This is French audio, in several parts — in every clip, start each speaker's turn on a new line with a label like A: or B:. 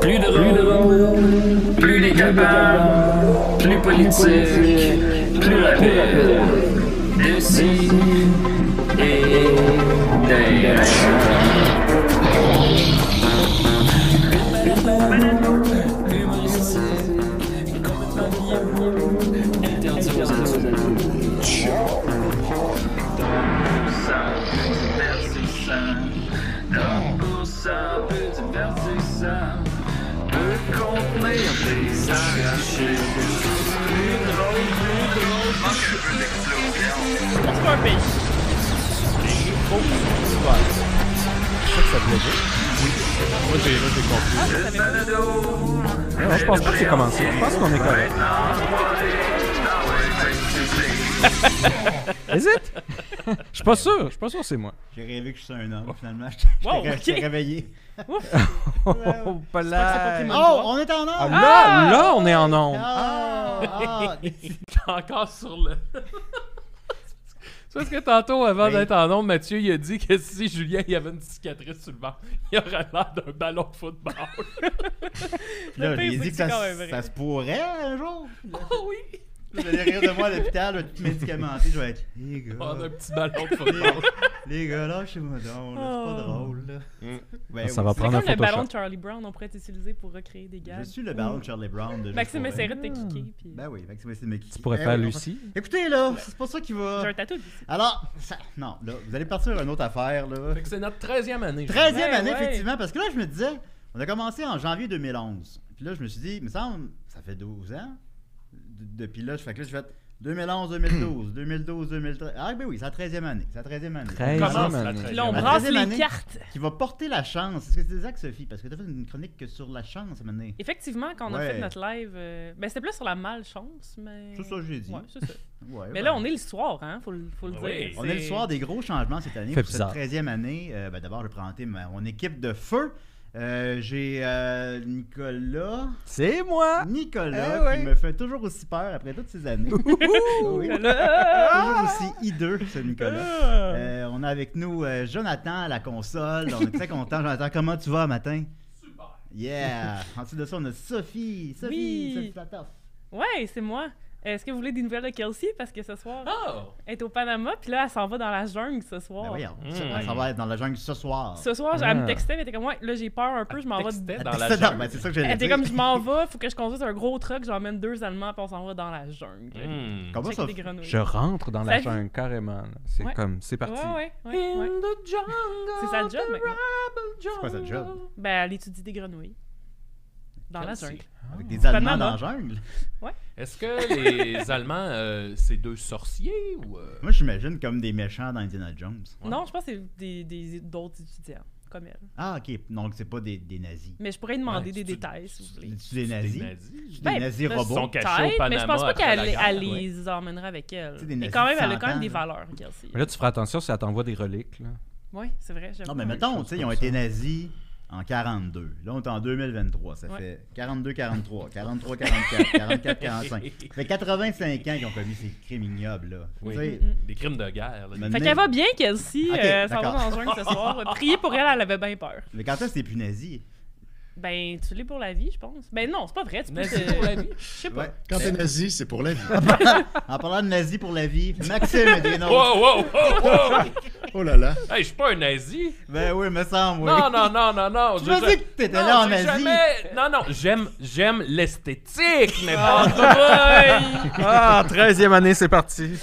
A: Plus de rôle, plus les capables, plus politique, plus rapide. D'ici et
B: C'est pas un pays. Les micros sont ouverts.
C: Je sais que ça venait d'eux.
B: Moi, j'ai moi, j'ai compris.
A: Je savais pas.
C: Non, je pense pas que c'est commencé. Je pense qu'on est correct. Hésite? Je suis pas sûr. Je suis pas sûr que c'est moi.
D: J'ai rêvé que je suis un homme, finalement.
B: Wow,
D: Je
B: ok.
D: t'ai réveillé.
C: Oh, pas
B: pas pris
C: là.
B: mal.
D: Oh, on est en
C: Ah,
D: or!
C: là, là, on est en onde.
D: Ah! ah.
B: T'es encore sur le. Tu vois ce que tantôt, avant
D: Hey.
B: d'être en ondes, Mathieu, il a dit que si Julien il avait une cicatrice sur le ventre, il aurait l'air d'un ballon de football.
D: Là, j'ai
E: pire, c'est
D: dit
E: que
D: que
E: c'est
D: ça,
E: quand même vrai.
D: se- ça se pourrait un jour.
B: Oh oui!
D: Vous allez rire de moi à l'hôpital, je vais être médicamenté, je vais être. Les gars.
B: On a un petit ballon Ah, de
D: les,
B: football.
D: les gars, lâchez-moi donc, là, c'est pas
E: Oh.
D: drôle. Là. Ben
C: Ça
D: oui,
C: va
D: c'est-
E: C'est comme
C: prendre un
E: le ballon
C: Photoshop.
E: de Charlie Brown, on pourrait l'utiliser pour recréer des gags.
D: Je suis le ballon de Charlie Brown de
E: Maxime
D: Juste pour
E: essaierait de te kicker. Puis...
D: rire. Ben oui, Maxime essaie de me
C: Tu pourrais
D: Eh
C: faire
D: oui, on
C: Lucie.
D: va- Écoutez, là, c'est pas ça qui va.
E: J'ai un tatou d'ici.
D: Alors, ça- non, là, vous allez partir à une autre affaire, là.
B: Fait que c'est notre 13e année.
D: 13e
E: Ouais,
D: année,
E: Ben ouais.
D: effectivement, parce que là, je me disais, on a commencé en janvier 2011. Puis là, je me suis dit, il me semble, ça fait 12 ans. de- Depuis là, je fais que là, je fais 2011, 2012, 2012, 2013. Ah, ben oui, c'est la 13e année. C'est la 13e année.
C: 13e
B: Commence la
C: année.
E: Puis là, on
D: La
E: brasse
D: troisième
E: les
D: année.
E: cartes.
D: Qui va porter la chance. Est-ce que c'est exact, Sophie? Parce que tu as fait une chronique que sur la chance, maintenant.
E: Effectivement, quand on a
D: Ouais.
E: fait notre live, euh, ben, c'était plus sur la malchance, mais.
D: C'est ça que j'ai dit.
E: Ouais, c'est ça.
D: Ouais,
E: mais
D: ouais.
E: là, on est le soir, hein, faut, le- faut le
B: Oui.
E: dire.
D: On est le
E: C'est-
D: soir des gros changements cette année.
C: Fait
D: Pour cette
C: bizarre.
D: 13e année, euh, ben, d'abord, je vais présenter ma- mon équipe de feu. Euh, J'ai euh, Nicolas.
C: C'est moi.
D: Nicolas,
C: Eh ouais.
D: qui me fait toujours aussi peur après toutes ces années. Oui.
E: Nicolas!
D: Toujours aussi hideux, ce Nicolas.
E: Ah!
D: Euh, on a avec nous euh, Jonathan à la console. On est très content. Jonathan, comment tu vas matin?
B: Super.
D: Yeah! Ensuite de ça, on a Sophie. Sophie,
E: Oui.
D: Sophie Platoff.
E: Ouais, c'est moi. Est-ce que vous voulez des nouvelles de Kelsey? Parce que ce soir,
B: Oh!
E: elle est au Panama, puis là, elle s'en va dans la jungle ce
D: Ben
E: soir.
D: voyons,
B: Mm.
D: ça- ça va être dans la jungle ce soir.
E: ce soir, elle
C: Ah.
E: me textait, mais elle était comme, ouais, là, j'ai peur un peu, je m'en vais.
B: Textait
D: Elle
B: dans la
D: était-
B: jungle.
D: ben, c'est ça que j'allais
E: Elle était
D: dire.
E: comme, je m'en vais, faut que je conduise un gros truck, j'emmène deux Allemands, puis on s'en va dans la jungle.
B: Hmm.
D: Comment Ah, ça
E: Checker des grenouilles.
C: Je rentre dans la
E: Ça-
C: jungle carrément. là. C'est
E: Ouais.
C: comme, c'est parti.
E: Ouais, ouais, ouais, ouais. C'est sa job maintenant.
D: C'est quoi sa job?
E: Ben, elle étudie des grenouilles. Dans la
B: Kelsey.
E: jungle.
D: Avec des Allemands
E: Panama.
D: dans la jungle.
B: Est-ce que les Allemands, euh, c'est deux sorciers ou. euh,
D: Moi, j'imagine comme des méchants dans Indiana Jones.
B: Ouais.
E: Non, je pense que c'est des, des- d'autres étudiants, comme elle.
D: Ah, ok. Donc, c'est pas des, des nazis.
E: Mais je pourrais demander
B: Ouais,
E: des
B: tu-
E: détails, si vous voulez.
D: Tu des nazis?
B: nazis?
D: Des nazis
E: ben,
D: robots.
B: sont cachés au
E: Peut-être, mais je pense
B: Panama
E: pas
B: après la
E: qu'elle les-
B: guerre,
E: elle
D: ouais.
E: les emmènerait avec elle.
D: C'est des nazis
E: Et quand même, elle a quand
D: cent ans,
E: même des
D: là.
E: valeurs, Kelsey.
C: Mais là, tu feras attention si elle t'envoie des reliques. Là.
E: Oui, c'est vrai. j'avoue.
D: Non, mais
C: chose
D: mettons, tu sais, ils ont
C: comme
D: été
C: ça.
D: nazis en 42. Là, on est en 2023. Ça
E: Ouais.
D: fait 42, 43, 43, 44, 44, 45. Ça fait 85 ans qu'ils ont commis ces crimes ignobles, là.
B: Oui.
D: Tu sais,
B: Des crimes de guerre. là.
D: Mais-
E: Fait qu'elle va bien, Kelsey.
D: Ok,
E: euh, s'en va
D: d'accord.
E: dans le jungle ce soir. Priez pour elle, elle avait bien peur.
D: Mais quand est-ce que c'est plus nazi?
E: Ben, tu l'es pour la vie, je pense. Ben non, c'est pas vrai. Tu peux
B: Nazi
E: te-
B: pour la vie.
E: Je sais pas.
D: Ouais.
F: Quand t'es nazi, c'est pour la vie.
D: En parlant de nazi pour la vie, Maxime est des noms.
B: Wow, wow, wow, wow!
F: Oh là là.
B: Hey, je suis pas un nazi!
D: Ben oui, me semble, oui.
B: Non, non, non, non, non!
D: Tu
B: j'ai
D: m'as
B: ja-
D: dit que t'étais
B: Non,
D: là en
B: j'ai
D: Asie.
B: jamais- Non, non, j'aime, j'aime l'esthétique, mais
D: Ah.
B: pas le bruit.
C: Ah, 13e année, c'est parti.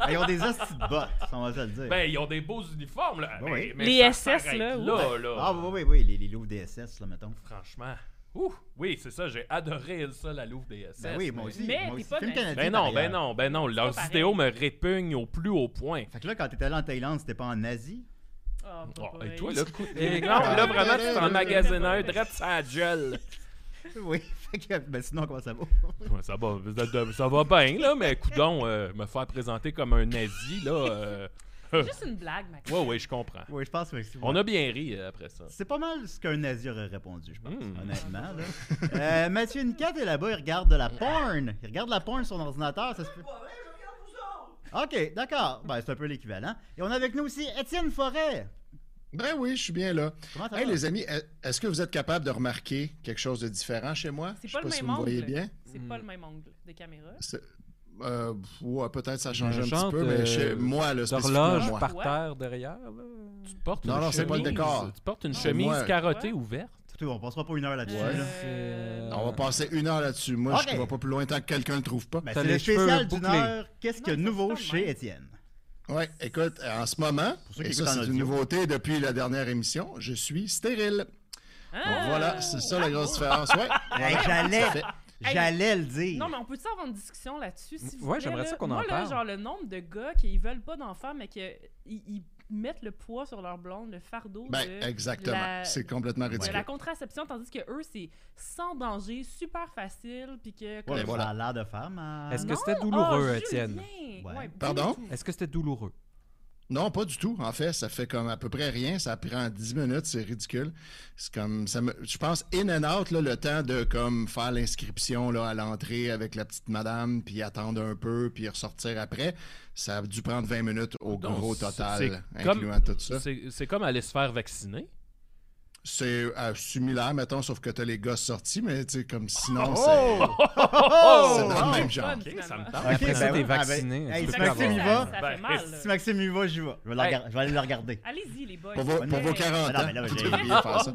D: Ah, Ils ont des hosties de bottes, on va se le dire.
B: Ben, ils ont des beaux uniformes, là.
D: Oui.
B: Mais- mais ça
E: Les SS, là,
B: s'arrête
E: ouais.
B: Là, là.
D: ah, oui, oui, oui, les, les loups des SS, là, mettons. Ben
B: Franchement. Ouh, oui, c'est ça, j'ai adoré ça, la Louvre des SS.
D: Ben oui, moi aussi.
E: Mais
D: moi
E: t'es
D: aussi.
E: pas
D: Film
E: nazi.
D: canadien,
B: Ben
D: par
B: non, ben
D: ailleurs.
B: non, ben non, leurs
E: pareil.
B: vidéos me répugnent au plus haut point.
D: Fait que là, quand t'étais allé en Thaïlande, c'était pas en nazi?
E: Ah, pas
B: Oh, et
E: pareil.
B: toi, là, coup... et non, là, vraiment, tu t'en magasines un, drette sa gueule.
D: Oui, fait que, ben sinon, comment ça va?
B: Ouais, ça, va, ça- ça va bien, là, mais coudon, euh, me faire présenter comme un nazi, là. euh,
E: C'est juste une blague, Max.
B: Ouais, ouais, je comprends.
D: Oui, je pense que Maxime.
B: On a bien ri euh, après ça.
D: C'est pas mal ce qu'un nazi aurait répondu, je pense,
C: Hmm.
B: Mm.
D: honnêtement. là. Euh, Mathieu Nicat est là-bas, il regarde de la porn. Il regarde la porn sur son ordinateur, ça se peut.
E: hein,
D: Ok, d'accord. Ben, c'est un peu l'équivalent. Et on a avec nous aussi Étienne Forêt.
F: Ben oui, je suis bien là.
D: Comment ça
E: Ah.
F: Hey
D: va?
F: les amis, e- est-ce que vous êtes capable de remarquer quelque chose de différent chez moi?
E: C'est
F: Je sais
E: pas le
F: pas si
E: même
F: vous me
E: angle.
F: voyez bien.
E: C'est pas le même angle de caméra.
F: C'est- euh, ouais, peut-être ça change
C: Une
F: un petit
C: chante,
F: peu, mais
C: euh,
F: chez moi, là, spécifiquement,
C: D'horloge
F: moi.
C: par
E: Ouais.
C: terre derrière. là.
B: Tu portes
F: Non,
B: une
F: non, c'est pas le
B: chemise-
F: décor.
B: Tu portes une
F: Non,
B: chemise
F: moi-
B: carottée ouverte.
D: Écoutez, on passera pas une heure là-dessus.
E: Ouais.
D: là.
C: Euh,
F: On va passer une heure là-dessus. Moi,
D: Ok.
F: je ne vais pas plus loin tant que quelqu'un ne trouve pas.
D: Ben,
C: T'as
D: c'est le
C: les cheveux
D: spécial d'une
C: bouclés.
D: heure. Qu'est-ce qu'il y a de
E: Non, ça,
D: nouveau
E: c'est pas le
D: chez
E: même.
D: Étienne?
F: Ouais, écoute, en ce moment,
D: ceux qui
F: et ça
D: écoutent en
F: c'est une
D: audio.
F: nouveauté depuis la dernière émission, je suis stérile.
E: Ah!
F: Voilà, c'est ça la grosse différence. Ouais.
D: Hey,
F: Ça fait-
D: J'allais j'allais le dire.
E: Non, mais on peut-tu avoir une discussion là-dessus, s'il vous
C: Ouais,
E: plaît,
C: j'aimerais
E: là?
C: ça qu'on en
E: Moi, là,
C: parle.
E: genre, le nombre de gars qui ils veulent pas d'enfants, mais qu'ils ils mettent le poids sur leur blonde, le fardeau
F: Ben,
E: de,
F: exactement.
E: Ah! la-
F: C'est complètement
E: de
F: ridicule.
E: la contraception, tandis que eux, c'est sans danger, super facile, puis que...
F: Ouais,
D: Ouais,
F: voilà.
D: Ça a l'air de faire mal.
C: Est-ce que
E: Non,
C: c'était douloureux,
E: oh,
C: Étienne?
E: Julien!
D: Ouais.
E: Ouais, du
F: Pardon?
E: tout.
C: Est-ce que c'était douloureux?
F: Non, pas du tout. En fait, ça fait comme à peu près rien. Ça prend 10 minutes. C'est ridicule. C'est comme, ça me, je pense, in and out, là, le temps de comme faire l'inscription là, à l'entrée avec la petite madame, puis attendre un peu, puis ressortir après. Ça a dû prendre 20 minutes au
B: Donc,
F: gros
B: c'est-
F: total,
B: c'est comme-
F: incluant tout ça.
B: C'est c'est comme aller se faire vacciner.
F: C'est euh, similaire, mettons, sauf que t'as les gosses sortis, mais tu sais, comme
B: Oh!
F: sinon, c'est, c'est dans le même genre.
E: Fun, finalement.
B: ça me
D: Ok,
B: tente.
C: Après ça,
D: ben
C: t'es
D: oui.
C: vacciné.
D: Ah, ben, hey,
C: tu
D: si
C: peux
E: Fait
C: plus
E: que
D: Maxime y
C: avoir.
E: ça,
D: va,
E: ça fait
B: Ben,
E: mal.
D: si Maxime y va, j'y vais. Je vais, le
B: Hey.
D: regarder- je vais aller le regarder.
E: Allez-y, les boys.
F: Pour vos, hein. pour vos 40
D: Ah, non,
F: ans,
D: mais là,
F: vous
D: j'ai-
F: devriez faire ça.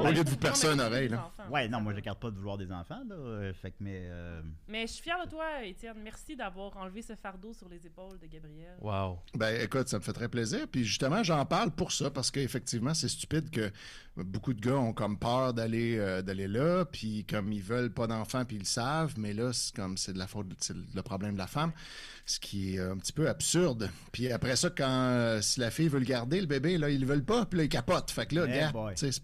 F: Au lieu de vous percer
E: personne
F: une oreille, là.
D: Ouais, non, moi, je garde pas de vouloir des enfants, là. euh, Fait que, mais. euh,
E: Mais je suis fière de toi, Étienne. Merci d'avoir enlevé ce fardeau sur les épaules de Gabriel.
B: Wow.
F: Ben écoute, ça me fait très plaisir. Puis justement, j'en parle pour ça, parce qu'effectivement, c'est stupide que beaucoup de gars ont comme peur d'aller euh, d'aller là, puis comme ils veulent pas d'enfants, puis ils le savent, mais là, c'est comme c'est de la faute, c'est le problème de la femme, ce qui est euh, un petit peu absurde. Puis après ça, quand euh, si la fille veut le garder, le bébé, là, ils le veulent pas, puis là, ils capotent. Fait que là,
D: Eh
F: gars,
D: boy.
F: tu sais, c'est-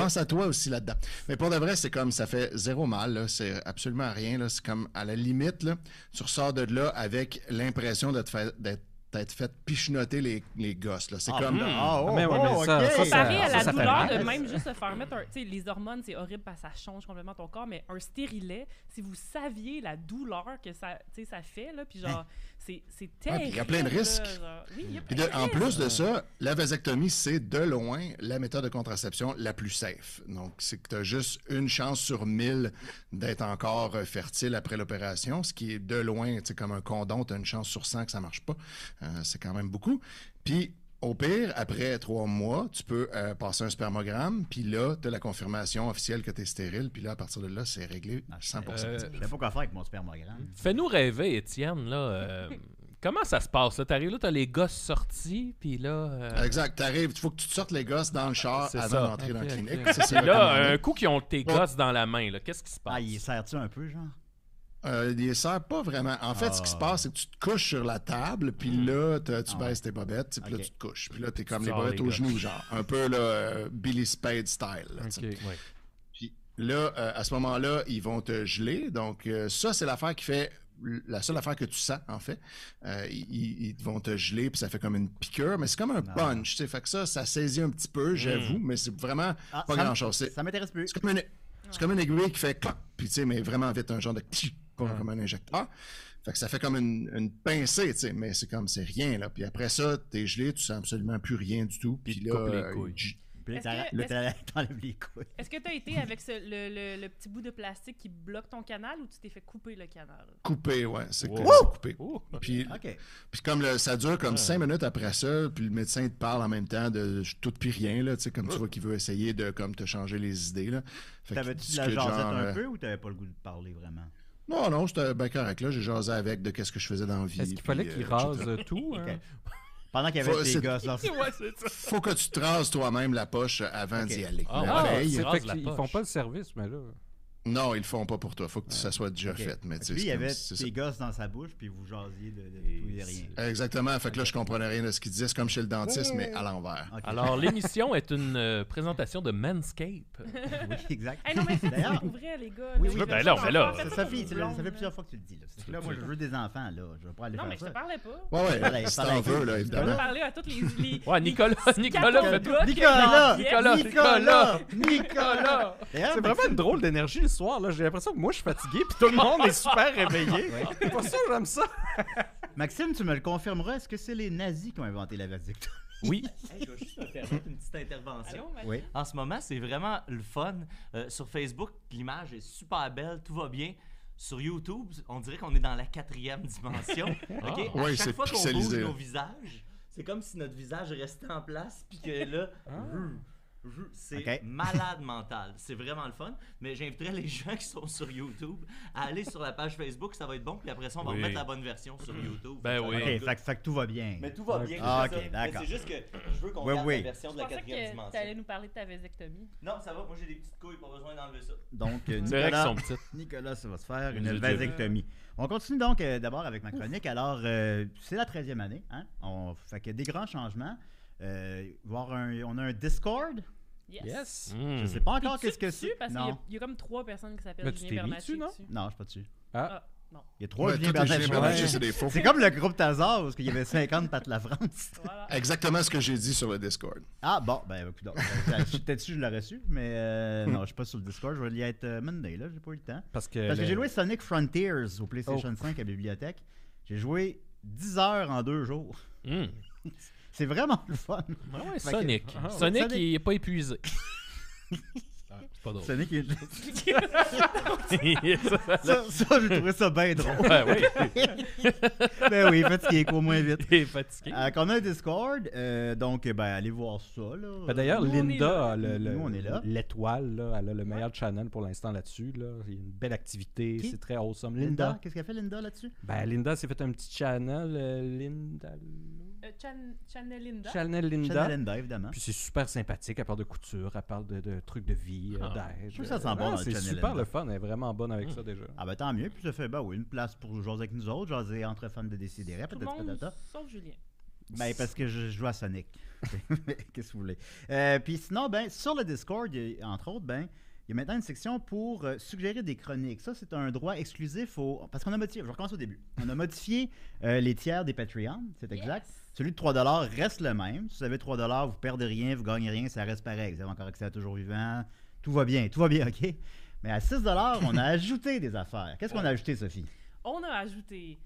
F: Pense à toi aussi là-dedans. Mais pour de vrai, c'est comme ça fait zéro mal, là. c'est absolument rien. là. C'est comme à la limite, là, tu ressors de là avec l'impression de te faire- d'être d'être fait pichenoter les, les gosses. là. C'est
D: ah,
F: comme.
D: hmm. Ah, oh,
C: Mais ouais, mais
D: oh,
C: ça-
D: ok.
C: ça, ça-
E: Comparé à la
C: ça fait
E: douleur
C: mal.
E: de même juste se faire mettre un. Tu sais, les hormones, c'est horrible parce que ça change complètement ton corps, mais un stérilet, si vous saviez la douleur que ça, tu sais, ça fait, là, puis genre, c'est c'est
F: Ah,
E: terrible.
F: puis il y a plein de
E: là,
F: risques.
E: genre. Oui, il y a
F: Puis
E: plein
F: de-
E: de
F: en
E: risques.
F: plus de ça, la vasectomie, c'est de loin la méthode de contraception la plus safe. Donc, c'est que tu as juste une chance sur mille d'être encore euh, fertile après l'opération, ce qui est de loin, tu sais, comme un condom, tu as une chance sur 100 que ça marche pas. Euh, c'est quand même beaucoup. Puis, au pire, après trois mois, tu peux euh, passer un spermogramme, puis là, tu as la confirmation officielle que tu es stérile, puis là, à partir de là, c'est réglé
D: Ah,
F: 100
B: Euh,
D: Je sais pas quoi faire avec mon spermogramme.
B: Fais-nous rêver, Étienne, là. euh, comment ça se passe, là? T'arrives là, t'as les gosses sortis, puis là... euh,
F: Exact, t'arrives, il faut que tu te sortes les gosses dans le char
B: C'est
F: avant
B: ça.
F: d'entrer dans
C: Ok,
F: la
C: ok.
F: clinique. Ça, c'est recommandé.
B: là, un coup qui ont tes gosses dans la main, là, qu'est-ce qui se passe?
D: Ah, il serre-tu un peu, genre?
F: Euh, il les sert pas vraiment. En fait, ce qui se
D: Ah.
F: passe, c'est que tu te couches sur la table, puis là, t'as- tu
D: Ah ouais.
F: baisses tes bobettes, puis
D: Ok.
F: là, tu te couches. Puis là, t'es comme
B: Tu
F: les
B: sors
F: bobettes
B: les
F: aux
B: gars.
F: genoux, genre. Un peu, là, euh, Billy Spade style. là, tu sais.
C: Ok.
F: Puis là, euh, à ce moment-là, ils vont te geler. Donc, euh, ça, c'est l'affaire qui fait. La seule affaire que tu sens, en fait, Euh, ils, ils vont te geler, puis ça fait comme une piqûre, mais c'est comme un
D: Ah.
F: punch, tu sais. Fait que ça, ça saisit un petit peu, j'avoue, mais c'est vraiment
D: Hmm. Ah,
F: pas
D: ça m-
F: grand-chose. C'est-
D: Ça m'intéresse plus.
F: c'est comme, une... c'est comme une aiguille qui fait clac, puis tu sais, mais vraiment vite, un genre de tchit, pas comme un injecteur. Fait que ça fait comme une, une pincée, tu sais, mais c'est comme, c'est rien, là. Puis après ça, t'es gelé, tu sens absolument plus rien du tout. Puis
B: Puis tu
F: là,
B: coupes les
F: euh,
B: couilles.
F: j-
D: Puis là,
E: Est-ce que-
D: t'arrêtes- là, t'arrêtes- t'enlèves les couilles.
E: Est-ce que tu as été avec ce- le, le- le petit bout de plastique qui bloque ton canal ou tu t'es fait couper le canal?
F: coupé, ouais, c'est
B: Wow.
F: que- c'est coupé.
B: Oh.
F: Puis,
D: Ok.
F: puis comme le- ça dure comme cinq minutes après ça, puis le médecin te parle en même temps de je- tout puis rien, là, tu sais, comme tu vois qu'il veut essayer de comme te changer les idées, là. Fait qu'il
D: T'avais-tu de la
F: discute,
D: jasette
F: genre,
D: un
F: euh,
D: peu ou t'avais pas le goût de parler vraiment?
F: Non, non, j'étais bien correct, là, j'ai jasé avec de qu'est-ce que je faisais dans la vie.
C: Est-ce qu'il fallait
F: puis,
C: qu'il
F: euh, etc.
C: rase tout? hein?
D: Ok. Pendant qu'il y
F: Faut-
D: avait
F: c'est-
D: tes gosses dans
F: faut que tu te rases toi-même la poche avant
D: Ok.
F: d'y aller.
B: Ah,
F: La
B: ah,
F: veille-
B: c'est-
C: Fait
B: Rase la
C: qu'ils
B: poche.
C: font pas le service, mais là.
F: non, ils le font pas pour toi. Faut que ça soit déjà
D: Ok.
F: fait. Mais tu sais,
D: Lui, il
F: c'est
D: y
F: comme-
D: avait
F: c'est ça.
D: tes gosses dans sa bouche, puis vous jasiez de, de
B: Et
D: tout et de rien.
B: c'est-
F: Exactement. Fait que là, je comprenais rien de ce qu'ils disaient. C'est comme chez le dentiste,
D: Ouais.
F: mais à l'envers.
D: Ok.
B: Alors, l'émission est une euh, présentation de Manscape.
D: oui, exact.
E: Hey, non, mais faites ça
D: D'ailleurs,
E: pour vrai, les gars.
D: Oui,
E: là,
D: oui, ben
E: je veux
B: là,
E: pas
B: mais là.
E: d'enfants,
D: ça,
E: faites
D: ça,
E: pas
D: fait-
E: de
D: c'est là, ça fait
E: blonde,
D: plusieurs
E: là.
D: fois que tu le dis. Là, C'est que là moi, je veux des enfants. là. Je veux pas aller
E: Non, mais
D: faire
E: je te
D: ça.
E: parlais pas.
F: Ouais, ouais.
D: Fallait-
F: Si t'en
D: fallait-
F: veux, là,
E: Je veux
F: évidemment.
E: parler à toutes les. les
B: Ouais, Nicolas, Nicolas,
E: Nicolas,
B: fais-toi...
D: Nicolas!
B: Nicolas,
D: Nicolas! Nicolas!
B: Nicolas!
D: D'ailleurs,
C: C'est vraiment une drôle d'énergie le soir, là. J'ai l'impression que moi, je suis fatigué, puis tout le monde est super réveillé. C'est pour ça que j'aime ça.
D: Maxime, tu me le confirmeras, est-ce que c'est les nazis qui ont inventé la vasectomie?
B: Oui.
G: Hey, je vais juste me permettre une petite intervention.
E: Allô, Mathieu?
D: Oui.
G: En ce moment, c'est vraiment le fun. Euh, sur Facebook, l'image est super belle, tout va bien. Sur YouTube, on dirait qu'on est dans la quatrième dimension. OK?
F: Ah. Ouais,
G: à
F: c'est
G: chaque fois qu'on bouge
F: pixelisé, là.
G: nos visages, c'est comme si notre visage restait en place, puis que là,
B: Ah.
G: rrr, rrr, c'est
D: OK.
G: malade mental. C'est vraiment le fun. Mais j'inviterais les gens qui sont sur YouTube à aller sur la page Facebook, ça va être bon. Puis après ça, on va
B: Oui.
G: remettre la bonne version sur YouTube.
B: Ben
G: Ça va
B: oui.
G: être
D: Ok,
G: good.
D: fait, que- fait que tout va bien.
G: Mais tout va bien.
D: Ah,
G: c'est
D: ok,
G: ça.
D: d'accord.
G: Mais C'est juste que je veux qu'on
D: Oui,
G: garde
D: oui.
G: la version de
E: Je
G: la
E: pensais
G: quatrième
E: que tu allais
G: dimension.
E: nous parler de ta vasectomie.
G: Non, ça va. Moi, j'ai des petites couilles, pas besoin d'enlever ça.
D: Donc, euh,
B: C'est vrai qu'ils
D: Nicolas,
B: sont petites.
D: Nicolas, ça va se faire
B: Dieu,
D: une
B: Dieu.
D: vasectomie. On continue donc euh, d'abord avec ma chronique. Alors, euh, c'est la 13e année. Hein? On, fait que des grands changements. Euh, voir un- on a un Discord.
E: Yes.
C: Yes.
B: Hmm.
D: Je sais pas encore
E: T'es-tu
D: qu'est-ce que
E: dessus?
D: c'est.
E: Parce qu'il y a-
D: Non.
E: il y a comme trois personnes qui s'appellent
C: Mais tu t'es
E: Julien
C: mis
E: Bernatchez
C: dessus, non?
E: dessus.
D: Non, je suis pas dessus.
E: Ah, non.
D: Il y a trois
F: Ouais,
D: Julien
F: tout est
D: Bernatchez.
F: Julien Bernatchez,
C: Ouais.
F: c'est des faux.
D: C'est comme le groupe Tazar, parce qu'il y avait 50 pattes la France.
E: Voilà.
F: Exactement ce que j'ai dit sur le Discord.
D: Ah bon, ben écoute, donc, euh, peut-être si je l'aurais su, mais euh, non, je suis pas sur le Discord, je vais y être euh, Monday, là, j'ai pas eu le temps.
C: Parce que,
D: Parce
H: Euh,
D: que
C: le-
D: j'ai joué Sonic Frontiers au PlayStation 5 à la bibliothèque. J'ai joué 10 heures en deux jours.
B: Hum.
D: C'est vraiment le fun.
B: Ah ouais,
D: Fait que-
B: Sonic.
C: Ah ouais.
B: Sonic,
D: Sonic.
B: il est pas épuisé. Ah, c'est pas drôle.
D: Sonic, il-
B: Ça,
D: ça, ça j'ai trouvé ça bien drôle.
B: ça- ouais, oui.
D: ben oui, fatigué, cours moins vite.
B: Il est fatigué.
D: Euh, qu'on a un Discord, euh, donc ben allez voir ça, là.
C: Ben, D'ailleurs,
E: Nous, on est là.
C: Linda, a le- le-
D: Nous, on est là.
C: l'étoile, là, elle a le meilleur channel pour l'instant là-dessus. Là. Il y a une belle activité,
D: Qui?
C: c'est très awesome. Linda.
D: Linda, qu'est-ce qu'elle fait Linda là-dessus?
C: Ben, Linda s'est fait un petit channel, euh, Linda...
E: Euh, Chan- Chanelinda.
C: Channel Linda.
D: Channel Linda, évidemment.
C: Puis c'est super sympathique, elle parle de couture, elle parle de, de trucs de vie, euh,
B: Ah.
C: d'aide.
D: Je trouve ça
C: euh,
D: sent bon dans le
C: C'est
D: Channel
C: super
D: Linda.
C: le fun, elle est vraiment bonne avec
E: Hum.
C: ça déjà.
D: Ah ben tant mieux, puis ça fait ben oui, une place pour jaser avec nous autres, jaser entre fans de décider,
E: Tout
D: peut-être
E: le monde
D: patata.
E: sauf Julien.
D: Ben parce que je, je joue à Sonic. Qu'est-ce que vous voulez? Euh, puis sinon, ben, sur le Discord, il y a- entre autres, ben, il y a maintenant une section pour euh, suggérer des chroniques. Ça, c'est un droit exclusif au. Parce qu'on a modifié, je recommence au début. On a modifié euh, les tiers des Patreons, c'est exact.
E: Yes.
D: Celui de 3$ reste le même. Si vous avez 3$, vous perdez rien, vous gagnez rien, ça reste pareil. Vous avez encore accès à Toujours Vivant. Tout va bien, tout va bien, OK? Mais à 6$, on a ajouté des affaires. Qu'est-ce qu'on a ajouté, Sophie?
E: On a ajouté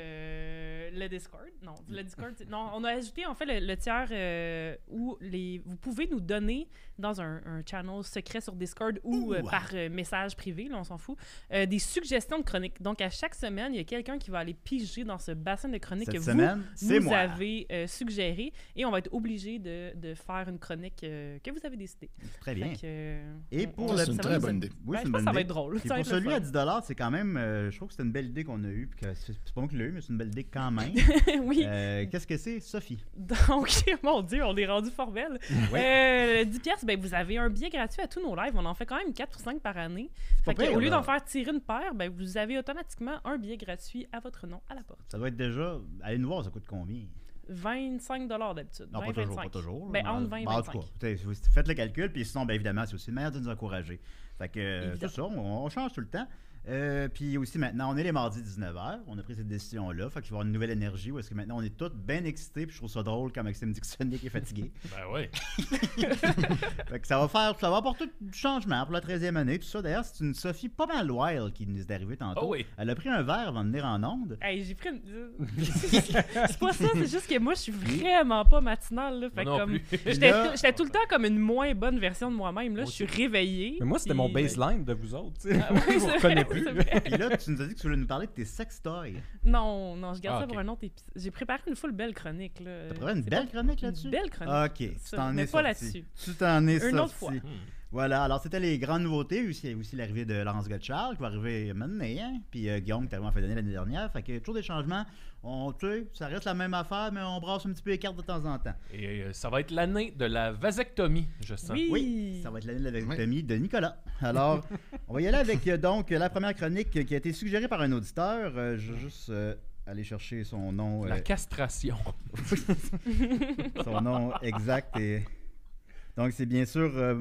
E: euh, le Discord. Non, le Discord. c'est- Non, on a ajouté en fait le, le tiers euh, où les, vous pouvez nous donner dans un, un channel secret sur Discord ou euh,
D: Ouh.
E: par euh, message privé, là, on s'en fout, euh, des suggestions de chroniques. Donc à chaque semaine, il y a quelqu'un qui va aller piger dans ce bassin de chroniques que
D: Cette
E: vous
D: semaine, c'est
E: nous
D: moi.
E: avez euh, suggéré et on va être obligé de, de faire une chronique euh, que vous avez décidée.
D: Très Eh bien.
E: Fait que, euh,
D: Et
E: on-
D: pour
E: on-
D: le-
E: ça
F: Ça, c'est une
E: va
F: très
E: nous-
F: bonne idée.
D: Oui,
E: Ben,
D: c'est
E: je
D: une
E: pense
D: bonne
E: que ça
D: idée.
E: va être drôle.
D: Puis
E: Ça va
D: pour
E: être le
D: celui
E: fun.
D: à 10 c'est quand même. euh, je trouve que c'est une belle idée qu'on a eue. Puis que c'est c'est pas moi qui l'ai eu, mais c'est une belle idée quand même.
E: oui.
D: Euh, Qu'est-ce que c'est, Sophie
E: Donc, mon Dieu, on est rendu formel. Euh, 10 piastres, ben, vous avez un billet gratuit à tous nos lives. On en fait quand même 4 ou 5 par année.
D: pas
E: Fait que,
D: pire,
E: au lieu
D: là.
E: d'en faire tirer une paire, ben, vous avez automatiquement un billet gratuit à votre nom à la porte.
D: Ça doit être déjà. Allez nous voir, ça coûte combien
E: 25 d'habitude.
D: Non,
E: 20,
D: pas toujours,
E: 25.
D: pas toujours. là,
E: Ben,
D: mais-
E: entre 20 et
D: Ben, en tout
E: 25.
D: cas, écoutez, vous- faites le calcul, puis sinon, ben, évidemment, c'est aussi une manière de nous encourager. Fait que, euh,
E: Évidemment.
D: c'est ça, on, on change tout le temps. Euh, puis aussi, maintenant, on est les mardis 19h. On a pris cette décision-là. Fait qu'il va y avoir une nouvelle énergie où est-ce que maintenant, on est tous bien excités, puis je trouve ça drôle quand Maxime dit que Sonic est fatigué.
B: Ben oui.
D: Fait que ça va faire, ça va apporter du changement pour la 13e année. Tout ça, d'ailleurs, c'est une Sophie pas mal wild qui nous est arrivée tantôt.
B: Oh oui.
D: Elle a pris un verre avant de venir en onde.
E: Hey, j'ai pris une... c'est pas ça, c'est juste que moi, je suis vraiment pas matinale. Là, fait
B: Moi non
E: comme...
B: plus.
E: J'étais
D: Là-
E: tout- j'étais tout le temps comme une moins bonne version de moi-même. Là, je suis réveillée.
C: Mais moi, c'était mon
E: puis- ben,
C: baseline de vous autres. tu sais.
E: Ah oui,
C: Je vous
E: c'est
C: reconnais
E: vrai,
C: plus.
E: c'est vrai.
D: Puis là, tu nous as dit que tu voulais nous parler de tes sextoys.
E: Non, non, je garde
B: Ah,
E: ça
B: ok.
E: pour un autre épisode. J'ai préparé une full belle chronique. Là.
D: T'as préparé une belle chronique là-dessus?
E: Euh,
D: Ah,
E: Une belle
D: Ok,
E: chronique.
D: tu
E: Ça,
D: t'en
E: mais
D: es
E: pas
D: sorti.
E: là-dessus.
D: Tu t'en es
E: Une autre
D: sorti.
E: fois.
D: Voilà, alors c'était les grandes nouveautés. Il y a aussi l'arrivée de Laurence Gotchard qui va arriver maintenant. Hein? Puis euh, Guillaume, qui tellement fait donner l'année dernière. Fait que toujours des changements. On, tu sais, ça reste la même affaire, mais on brasse un petit peu les cartes de temps en temps.
B: Et euh, ça va être l'année de la vasectomie, je sens.
E: Oui.
D: Oui, ça va être l'année de la vasectomie de Nicolas. Alors, on va y aller avec euh, donc la première chronique qui a été suggérée par un auditeur. Euh, je vais juste euh, aller chercher son nom,
B: La
D: euh,
B: castration.
D: son nom exact. Et... Donc, c'est bien sûr euh,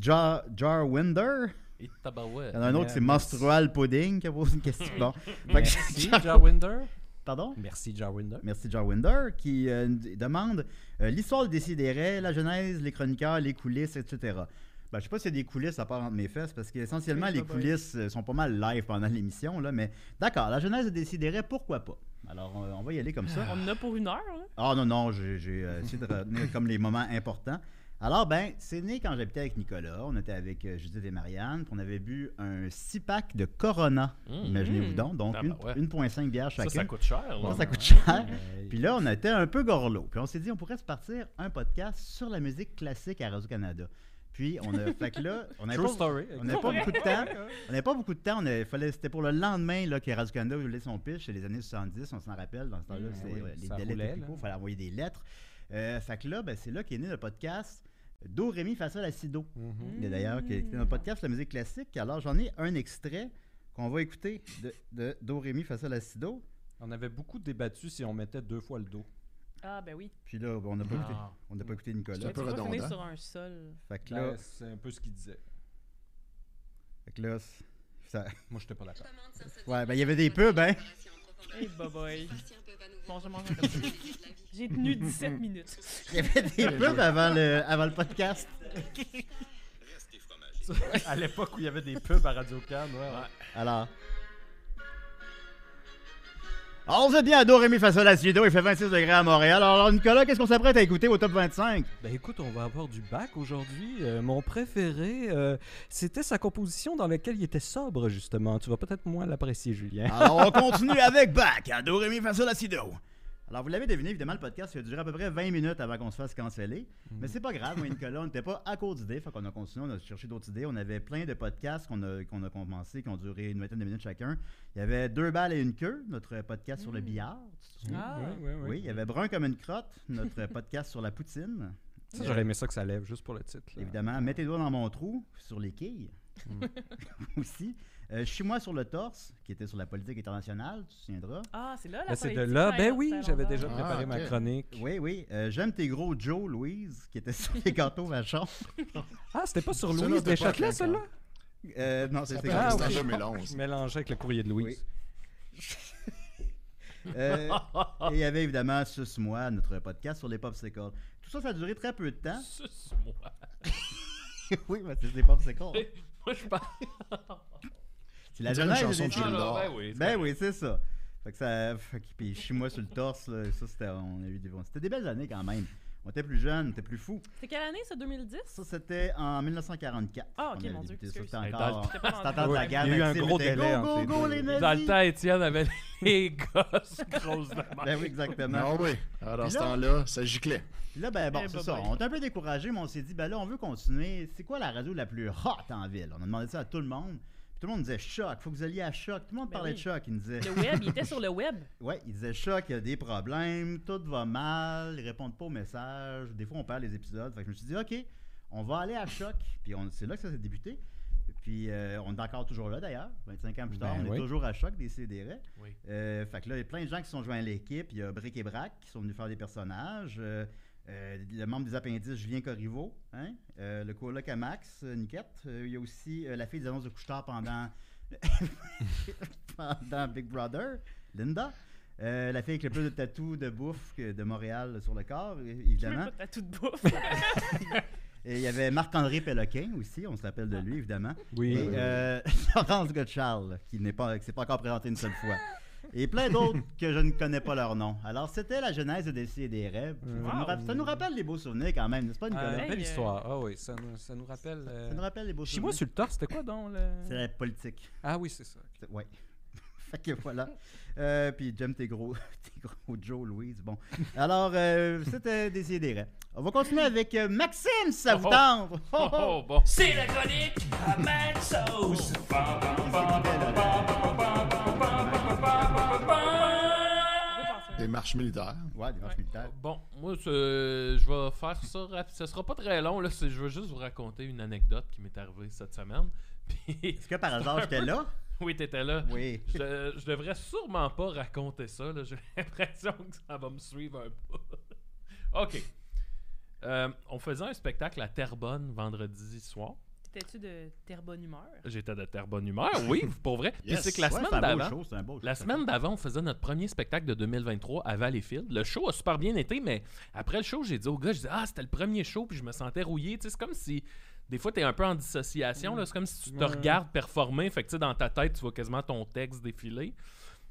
D: Jar, Jarwinder.
B: Et tabarouette.
D: Il y en a un autre, c'est Menstrual Pudding qui a posé une question. Bon. Fait que-
C: Merci, Jarwinder.
D: Pardon?
C: Merci, Jarwinder.
D: Merci, Jarwinder, qui euh, d- demande euh, l'histoire de Décideret, la genèse, les chroniqueurs, les coulisses, etc. Ben, je sais pas s'il y a des coulisses à part entre mes fesses, parce qu'essentiellement, les coulisses euh, sont pas mal live pendant l'émission, là, mais d'accord, la genèse de Décideret, pourquoi pas? Alors, on, on va y aller comme ça.
E: On en a pour une heure, hein. là.
D: Ah non, non, j'ai j'ai, euh, essayé de retenir comme les moments importants. Alors, ben, c'est né quand j'habitais avec Nicolas. On était avec euh, Judith et Marianne. puis On avait bu un six pack de Corona.
C: Mm-hmm.
B: Mmh.
D: Imaginez-vous donc. Donc,
B: Ah,
C: ben
D: une-
B: bah ouais.
D: 1,5 bière
B: Ça,
D: chacun.
B: ça coûte cher. là.
D: Ça, ça coûte cher.
H: Euh,
D: Puis là, on était un peu gorlot. Puis on s'est dit, on pourrait se partir un podcast sur la musique classique à Radio-Canada. Puis on a. fait que là, on n'avait
C: True
D: pas,
C: story.
D: on n'avait pas beaucoup de temps. On n'avait pas beaucoup de temps. On avait- fallait, c'était pour le lendemain là, que Radio-Canada voulait son pitch. C'est les années 70, on s'en rappelle. Dans ce temps-là,
C: Mm.
D: c'est-
C: Ah oui,
D: ouais, les
C: ça
D: délais
C: roulait,
D: étaient plus
C: là.
D: courts. Il fallait envoyer des lettres. Euh, fait que là, ben, c'est là qu'est né le podcast Do, Rémi, Facile à Sido.
C: Mhm.
D: Il y a D'ailleurs, qui était un podcast sur la musique classique. Alors, j'en ai un extrait qu'on va écouter de, de Do, Rémi, Facile à Sido.
C: On avait beaucoup débattu si on mettait deux fois le dos.
E: Ah, ben oui.
D: Puis là, ben, on n'a pas, écouté-
B: Ah.
D: on n'a pas écouté
F: C'est
D: Nicolas.
F: un peu
E: tu vas finir
F: redondant.
E: sur un sol.
D: Fait que là,
C: Ben, C'est un peu ce qu'il disait.
D: fait que là, c'est- ça-
C: Moi, j'étais pas d'accord.
D: Ouais, ben, il y avait des pubs, hein.
E: Hey, bye bye. Bon, je mange un peu. J'ai tenu 17 minutes.
D: il y avait des pubs avant le, avant le podcast.
C: à l'époque où il y avait des pubs à Radio-Can, ouais. ouais.
D: Alors. Alors, vous êtes bien à Do, Rémi, Fassol, à Sudo. Il fait 26 degrés à Montréal. Alors, Nicolas, qu'est-ce qu'on s'apprête à écouter au top 25?
H: Ben écoute, on va avoir du bac aujourd'hui. Euh, mon préféré, euh, c'était sa composition dans laquelle il était sobre, justement. Tu vas peut-être moins l'apprécier, Julien.
D: Alors, on continue avec Bac à Do, Rémi, Fassol, à Sido. Alors, vous l'avez deviné, évidemment, le podcast il a duré à peu près 20 minutes avant qu'on se fasse canceller. Mais c'est pas grave, moi et Nicolas, on n'était pas à court d'idées. Fait qu'on a continué, on a cherché d'autres idées. On avait plein de podcasts qu'on a, qu'on a commencé, qui ont duré une vingtaine de minutes chacun. Il y avait Deux balles et une queue, notre podcast sur le billard. Tu te souviens?
C: Ah,
H: oui, oui, oui.
D: Oui, il y avait Brun comme une crotte, notre podcast sur la poutine.
H: Ça, J'aurais aimé ça que ça lève, juste pour le titre. là.
D: Évidemment, mettez doigts dans mon trou sur les quilles. Aussi. Euh, Chie-moi sur le torse, qui était sur la politique internationale, tu te souviendras.
E: Ah, c'est là la
H: Ben, c'est de
E: politique
H: là. Ben
E: ailleurs,
H: oui,
E: c'est à
H: j'avais
E: l'endroit.
H: déjà préparé
F: Ah,
H: ma
F: ok.
H: chronique.
D: Oui, oui. Euh, J'aime tes gros Joe, Louise, qui était sur les gâteaux vachons.
H: Ah, c'était pas sur
F: Celle-là,
H: Louise
F: c'était pas
H: Deschâtelet,
F: à Quincaillerie.
H: celle-là
D: Euh, non, c'était
F: Ça s'appelle
H: Ah,
F: C'est en
H: oui.
F: 2011.
H: Je mélangeais avec le courrier de Louise.
D: Euh,
B: Ah,
D: et il y avait évidemment Suce-moi, notre podcast sur les popsicles. Tout ça, ça a duré très peu de temps.
B: Suce-moi.
D: oui, mais c'est des popsicles.
B: Moi, je parle.
D: C'est la
F: On dirait une
D: genèse
F: chanson
D: des-
F: de Gilles
B: Ah, non,
F: Dor.
B: ben oui. c'est
D: Ben oui, c'est ça. Fait que ça. fait que- puis chie-moi sur le torse, là, ça, c'était. On a eu des bons- C'était des belles années quand même. On était plus jeunes, on était plus fous.
E: C'est quelle année, ça, 2010?
D: Ça, c'était en 1944.
E: Ah, ok,
D: qu'on avait
E: mon Dieu,
D: débuté ça,
E: excuse.
D: c'était
B: Hey,
D: encore.
B: dans
E: J'étais pas dans le
D: c'était encore de la
E: temps.
D: guerre.
H: Il y a eu un
D: Maxime
H: gros
D: était,
H: délai entre
D: Go, go,
H: les deux.
D: go, les nazis!
B: correct. Dans le temps, Étienne avait les gosses grosses de même.
D: Ben oui, exactement.
F: Ah oui. Alors,
D: Puis
F: ce
D: là-
F: temps-là, ça giclait.
D: Puis là, ben bon,
E: Eh,
D: c'est
E: bye
D: ça.
E: bye.
D: On est un peu découragé, mais on s'est dit, ben là, on veut continuer. C'est quoi la radio la plus hot en ville? On a demandé ça à tout le monde. Puis tout le monde disait choc, faut que vous alliez à choc. Tout le monde
E: Ben
D: parlait
E: oui.
D: de choc. Il nous disait,
E: Le web, il était sur le web.
D: ouais, il disait choc, il y a des problèmes, tout va mal, ils répondent pas aux messages. Des fois, on perd les épisodes. Fait que je me suis dit, OK, on va aller à choc. Puis on- c'est là que ça s'est débuté. Puis euh, on est encore toujours là d'ailleurs, 25 ans plus tard,
H: Ben
D: on
H: oui.
D: est toujours à choc des CDR.
B: Oui.
D: Euh, fait que là, il y a plein de gens qui sont joints à l'équipe. Il y a Bric et Brac qui sont venus faire des personnages. Euh, euh, le membre des appendices, Julien Corriveau. hein. Euh, le coloc à Max, euh, Niquette. Euh, il y a aussi euh, la fille des annonces de couche-tard pendant... pendant Big Brother, Linda. Euh, la fille avec le plus de tatou de bouffe que- de Montréal sur le corps, é-
E: Je veux
D: évidemment.
E: pas de tatou de bouffe.
D: Et il y avait Marc-André Péloquin aussi, on se rappelle de lui, évidemment.
H: Oui.
D: Et euh, Laurence Gottschall, qui n'est pas, qui s'est pas encore présenté une seule fois. Et plein d'autres que je ne connais pas leur nom. Alors, c'était la genèse de Décis des rêves. Ça, nous
E: Wow.
D: rapp- ça nous rappelle les beaux souvenirs quand même, n'est-ce pas,
H: Ah,
D: Nicolas?
E: Hey,
H: belle
E: euh,
H: histoire. Ah oui, ça nous, ça nous rappelle. euh,
D: Ça nous rappelle les beaux
H: Chez moi,
D: souvenirs.
H: sur le torse, c'était quoi donc le...
D: C'est la politique.
H: Ah oui, c'est ça.
D: C'est- Ouais. fait que voilà. Euh, puis j'aime tes gros, tes gros Joe, Louise. Bon. Alors, euh, c'était Décis des rêves. On va continuer avec euh, Maxime, si ça vous
B: Oh,
D: tente.
B: Oh,
D: Oh, oh.
B: oh, bon.
A: C'est la chronique à Mad Sauce. Bam,
B: oh.
A: bam, bam, bam, bam, bam, bam, bam, bam, bam, bam, bam.
F: Des marches militaires.
D: Ouais, des marches militaires.
B: Bon, moi, c'est- je vais faire ça rapide. Ce sera pas très long. Là, C'est- je veux juste vous raconter une anecdote qui m'est arrivée cette semaine. Puis,
D: Est-ce que par hasard, j'étais là?
B: oui, t'étais là.
D: Oui.
B: Je, je devrais sûrement pas raconter ça. là. J'ai l'impression que ça va me suivre un peu. OK. Euh, on faisait un spectacle à Terrebonne vendredi soir.
E: T'étais-tu de terre bonne humeur?
B: J'étais de Terrebonne humeur, oui, pour vrai. Puis
F: Yes.
B: c'est que la
D: Ouais, c'est
B: semaine
D: un beau
B: d'avant,
D: show, c'est un beau
B: la
D: show.
B: semaine d'avant, on faisait notre premier spectacle de 2023 à Valleyfield. Le show a super bien été, mais après le show, j'ai dit au gars, je dis, ah, c'était le premier show, puis je me sentais rouillé. Tu sais, c'est comme si, des fois, t'es un peu en dissociation, là. C'est comme si tu te
H: Ouais.
B: regardes performer, fait que, tu sais, dans ta tête, tu vois quasiment ton texte défiler.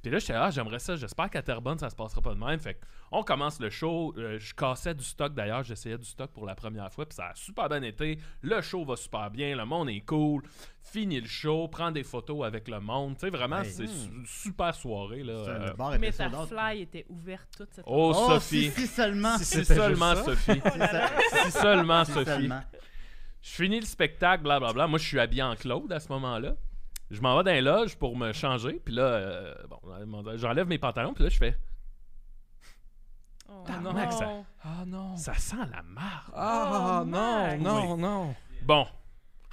B: Puis là, j'étais, ah, j'aimerais ça, j'espère qu'à Terrebonne, ça se passera pas de même. Fait que on commence le show. Euh, je cassais du stock d'ailleurs, j'essayais du stock pour la première fois, puis ça a super bien été. Le show va super bien, le monde est cool. Fini le show, prends des photos avec le monde. Tu sais, vraiment,
D: Hey.
B: c'est une super soirée. Là,
D: C'est un-
B: Euh,
D: le bar était
E: Mais ta
D: sold out.
E: fly était ouverte toute cette
B: Oh,
D: Oh,
B: Sophie!
D: Si, si seulement.
B: Si seulement Sophie!
D: Si seulement.
B: Si seulement
D: Si
B: Sophie!
D: seulement.
B: Je finis le spectacle, blablabla. Moi, je suis habillé en Claude à ce moment-là. Je m'en vais dans les loges pour me changer. Puis là, euh, bon, j'enlève mes pantalons. Puis là, je fais
E: Oh,
B: Tabarnak, ça-
E: non.
H: Ah
D: Oh.
H: non.
B: Ça sent la marre.
H: Ah
E: Oh,
H: non,
E: Max.
H: non, non.
B: Bon.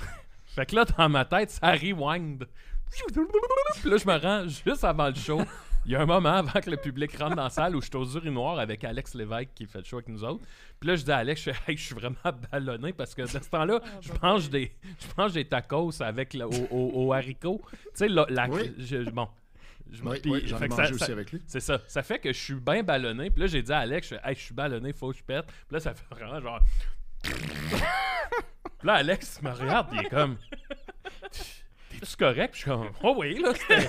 B: fait que là, dans ma tête, ça rewind. Puis là, je me rends juste avant le show. Il y a un moment avant que le public rentre dans la salle où je suis aux urinoirs avec Alex Lévesque qui fait le show avec nous autres. Puis là, je dis à Alex, je, fais, Hey, je suis vraiment ballonné parce que de ce temps-là, je, mange des, je mange des tacos avec le, au, au- au haricot. Tu sais, la, la-
F: Oui.
B: je- bon. Je,
F: Oui,
B: puis-
F: oui, j'en
B: fait
F: ai
B: que
F: mangé
B: ça-
F: aussi
B: ça-
F: avec lui.
B: c'est ça. Ça fait que je suis bien ballonné. Puis là, j'ai dit à Alex, je, fais, hey, je suis ballonné, faut que je pète. Puis là, ça fait vraiment genre. Puis là, Alex me regarde, il est comme. T'es-tu correct? Puis je suis comme, oh oui, là. c'était-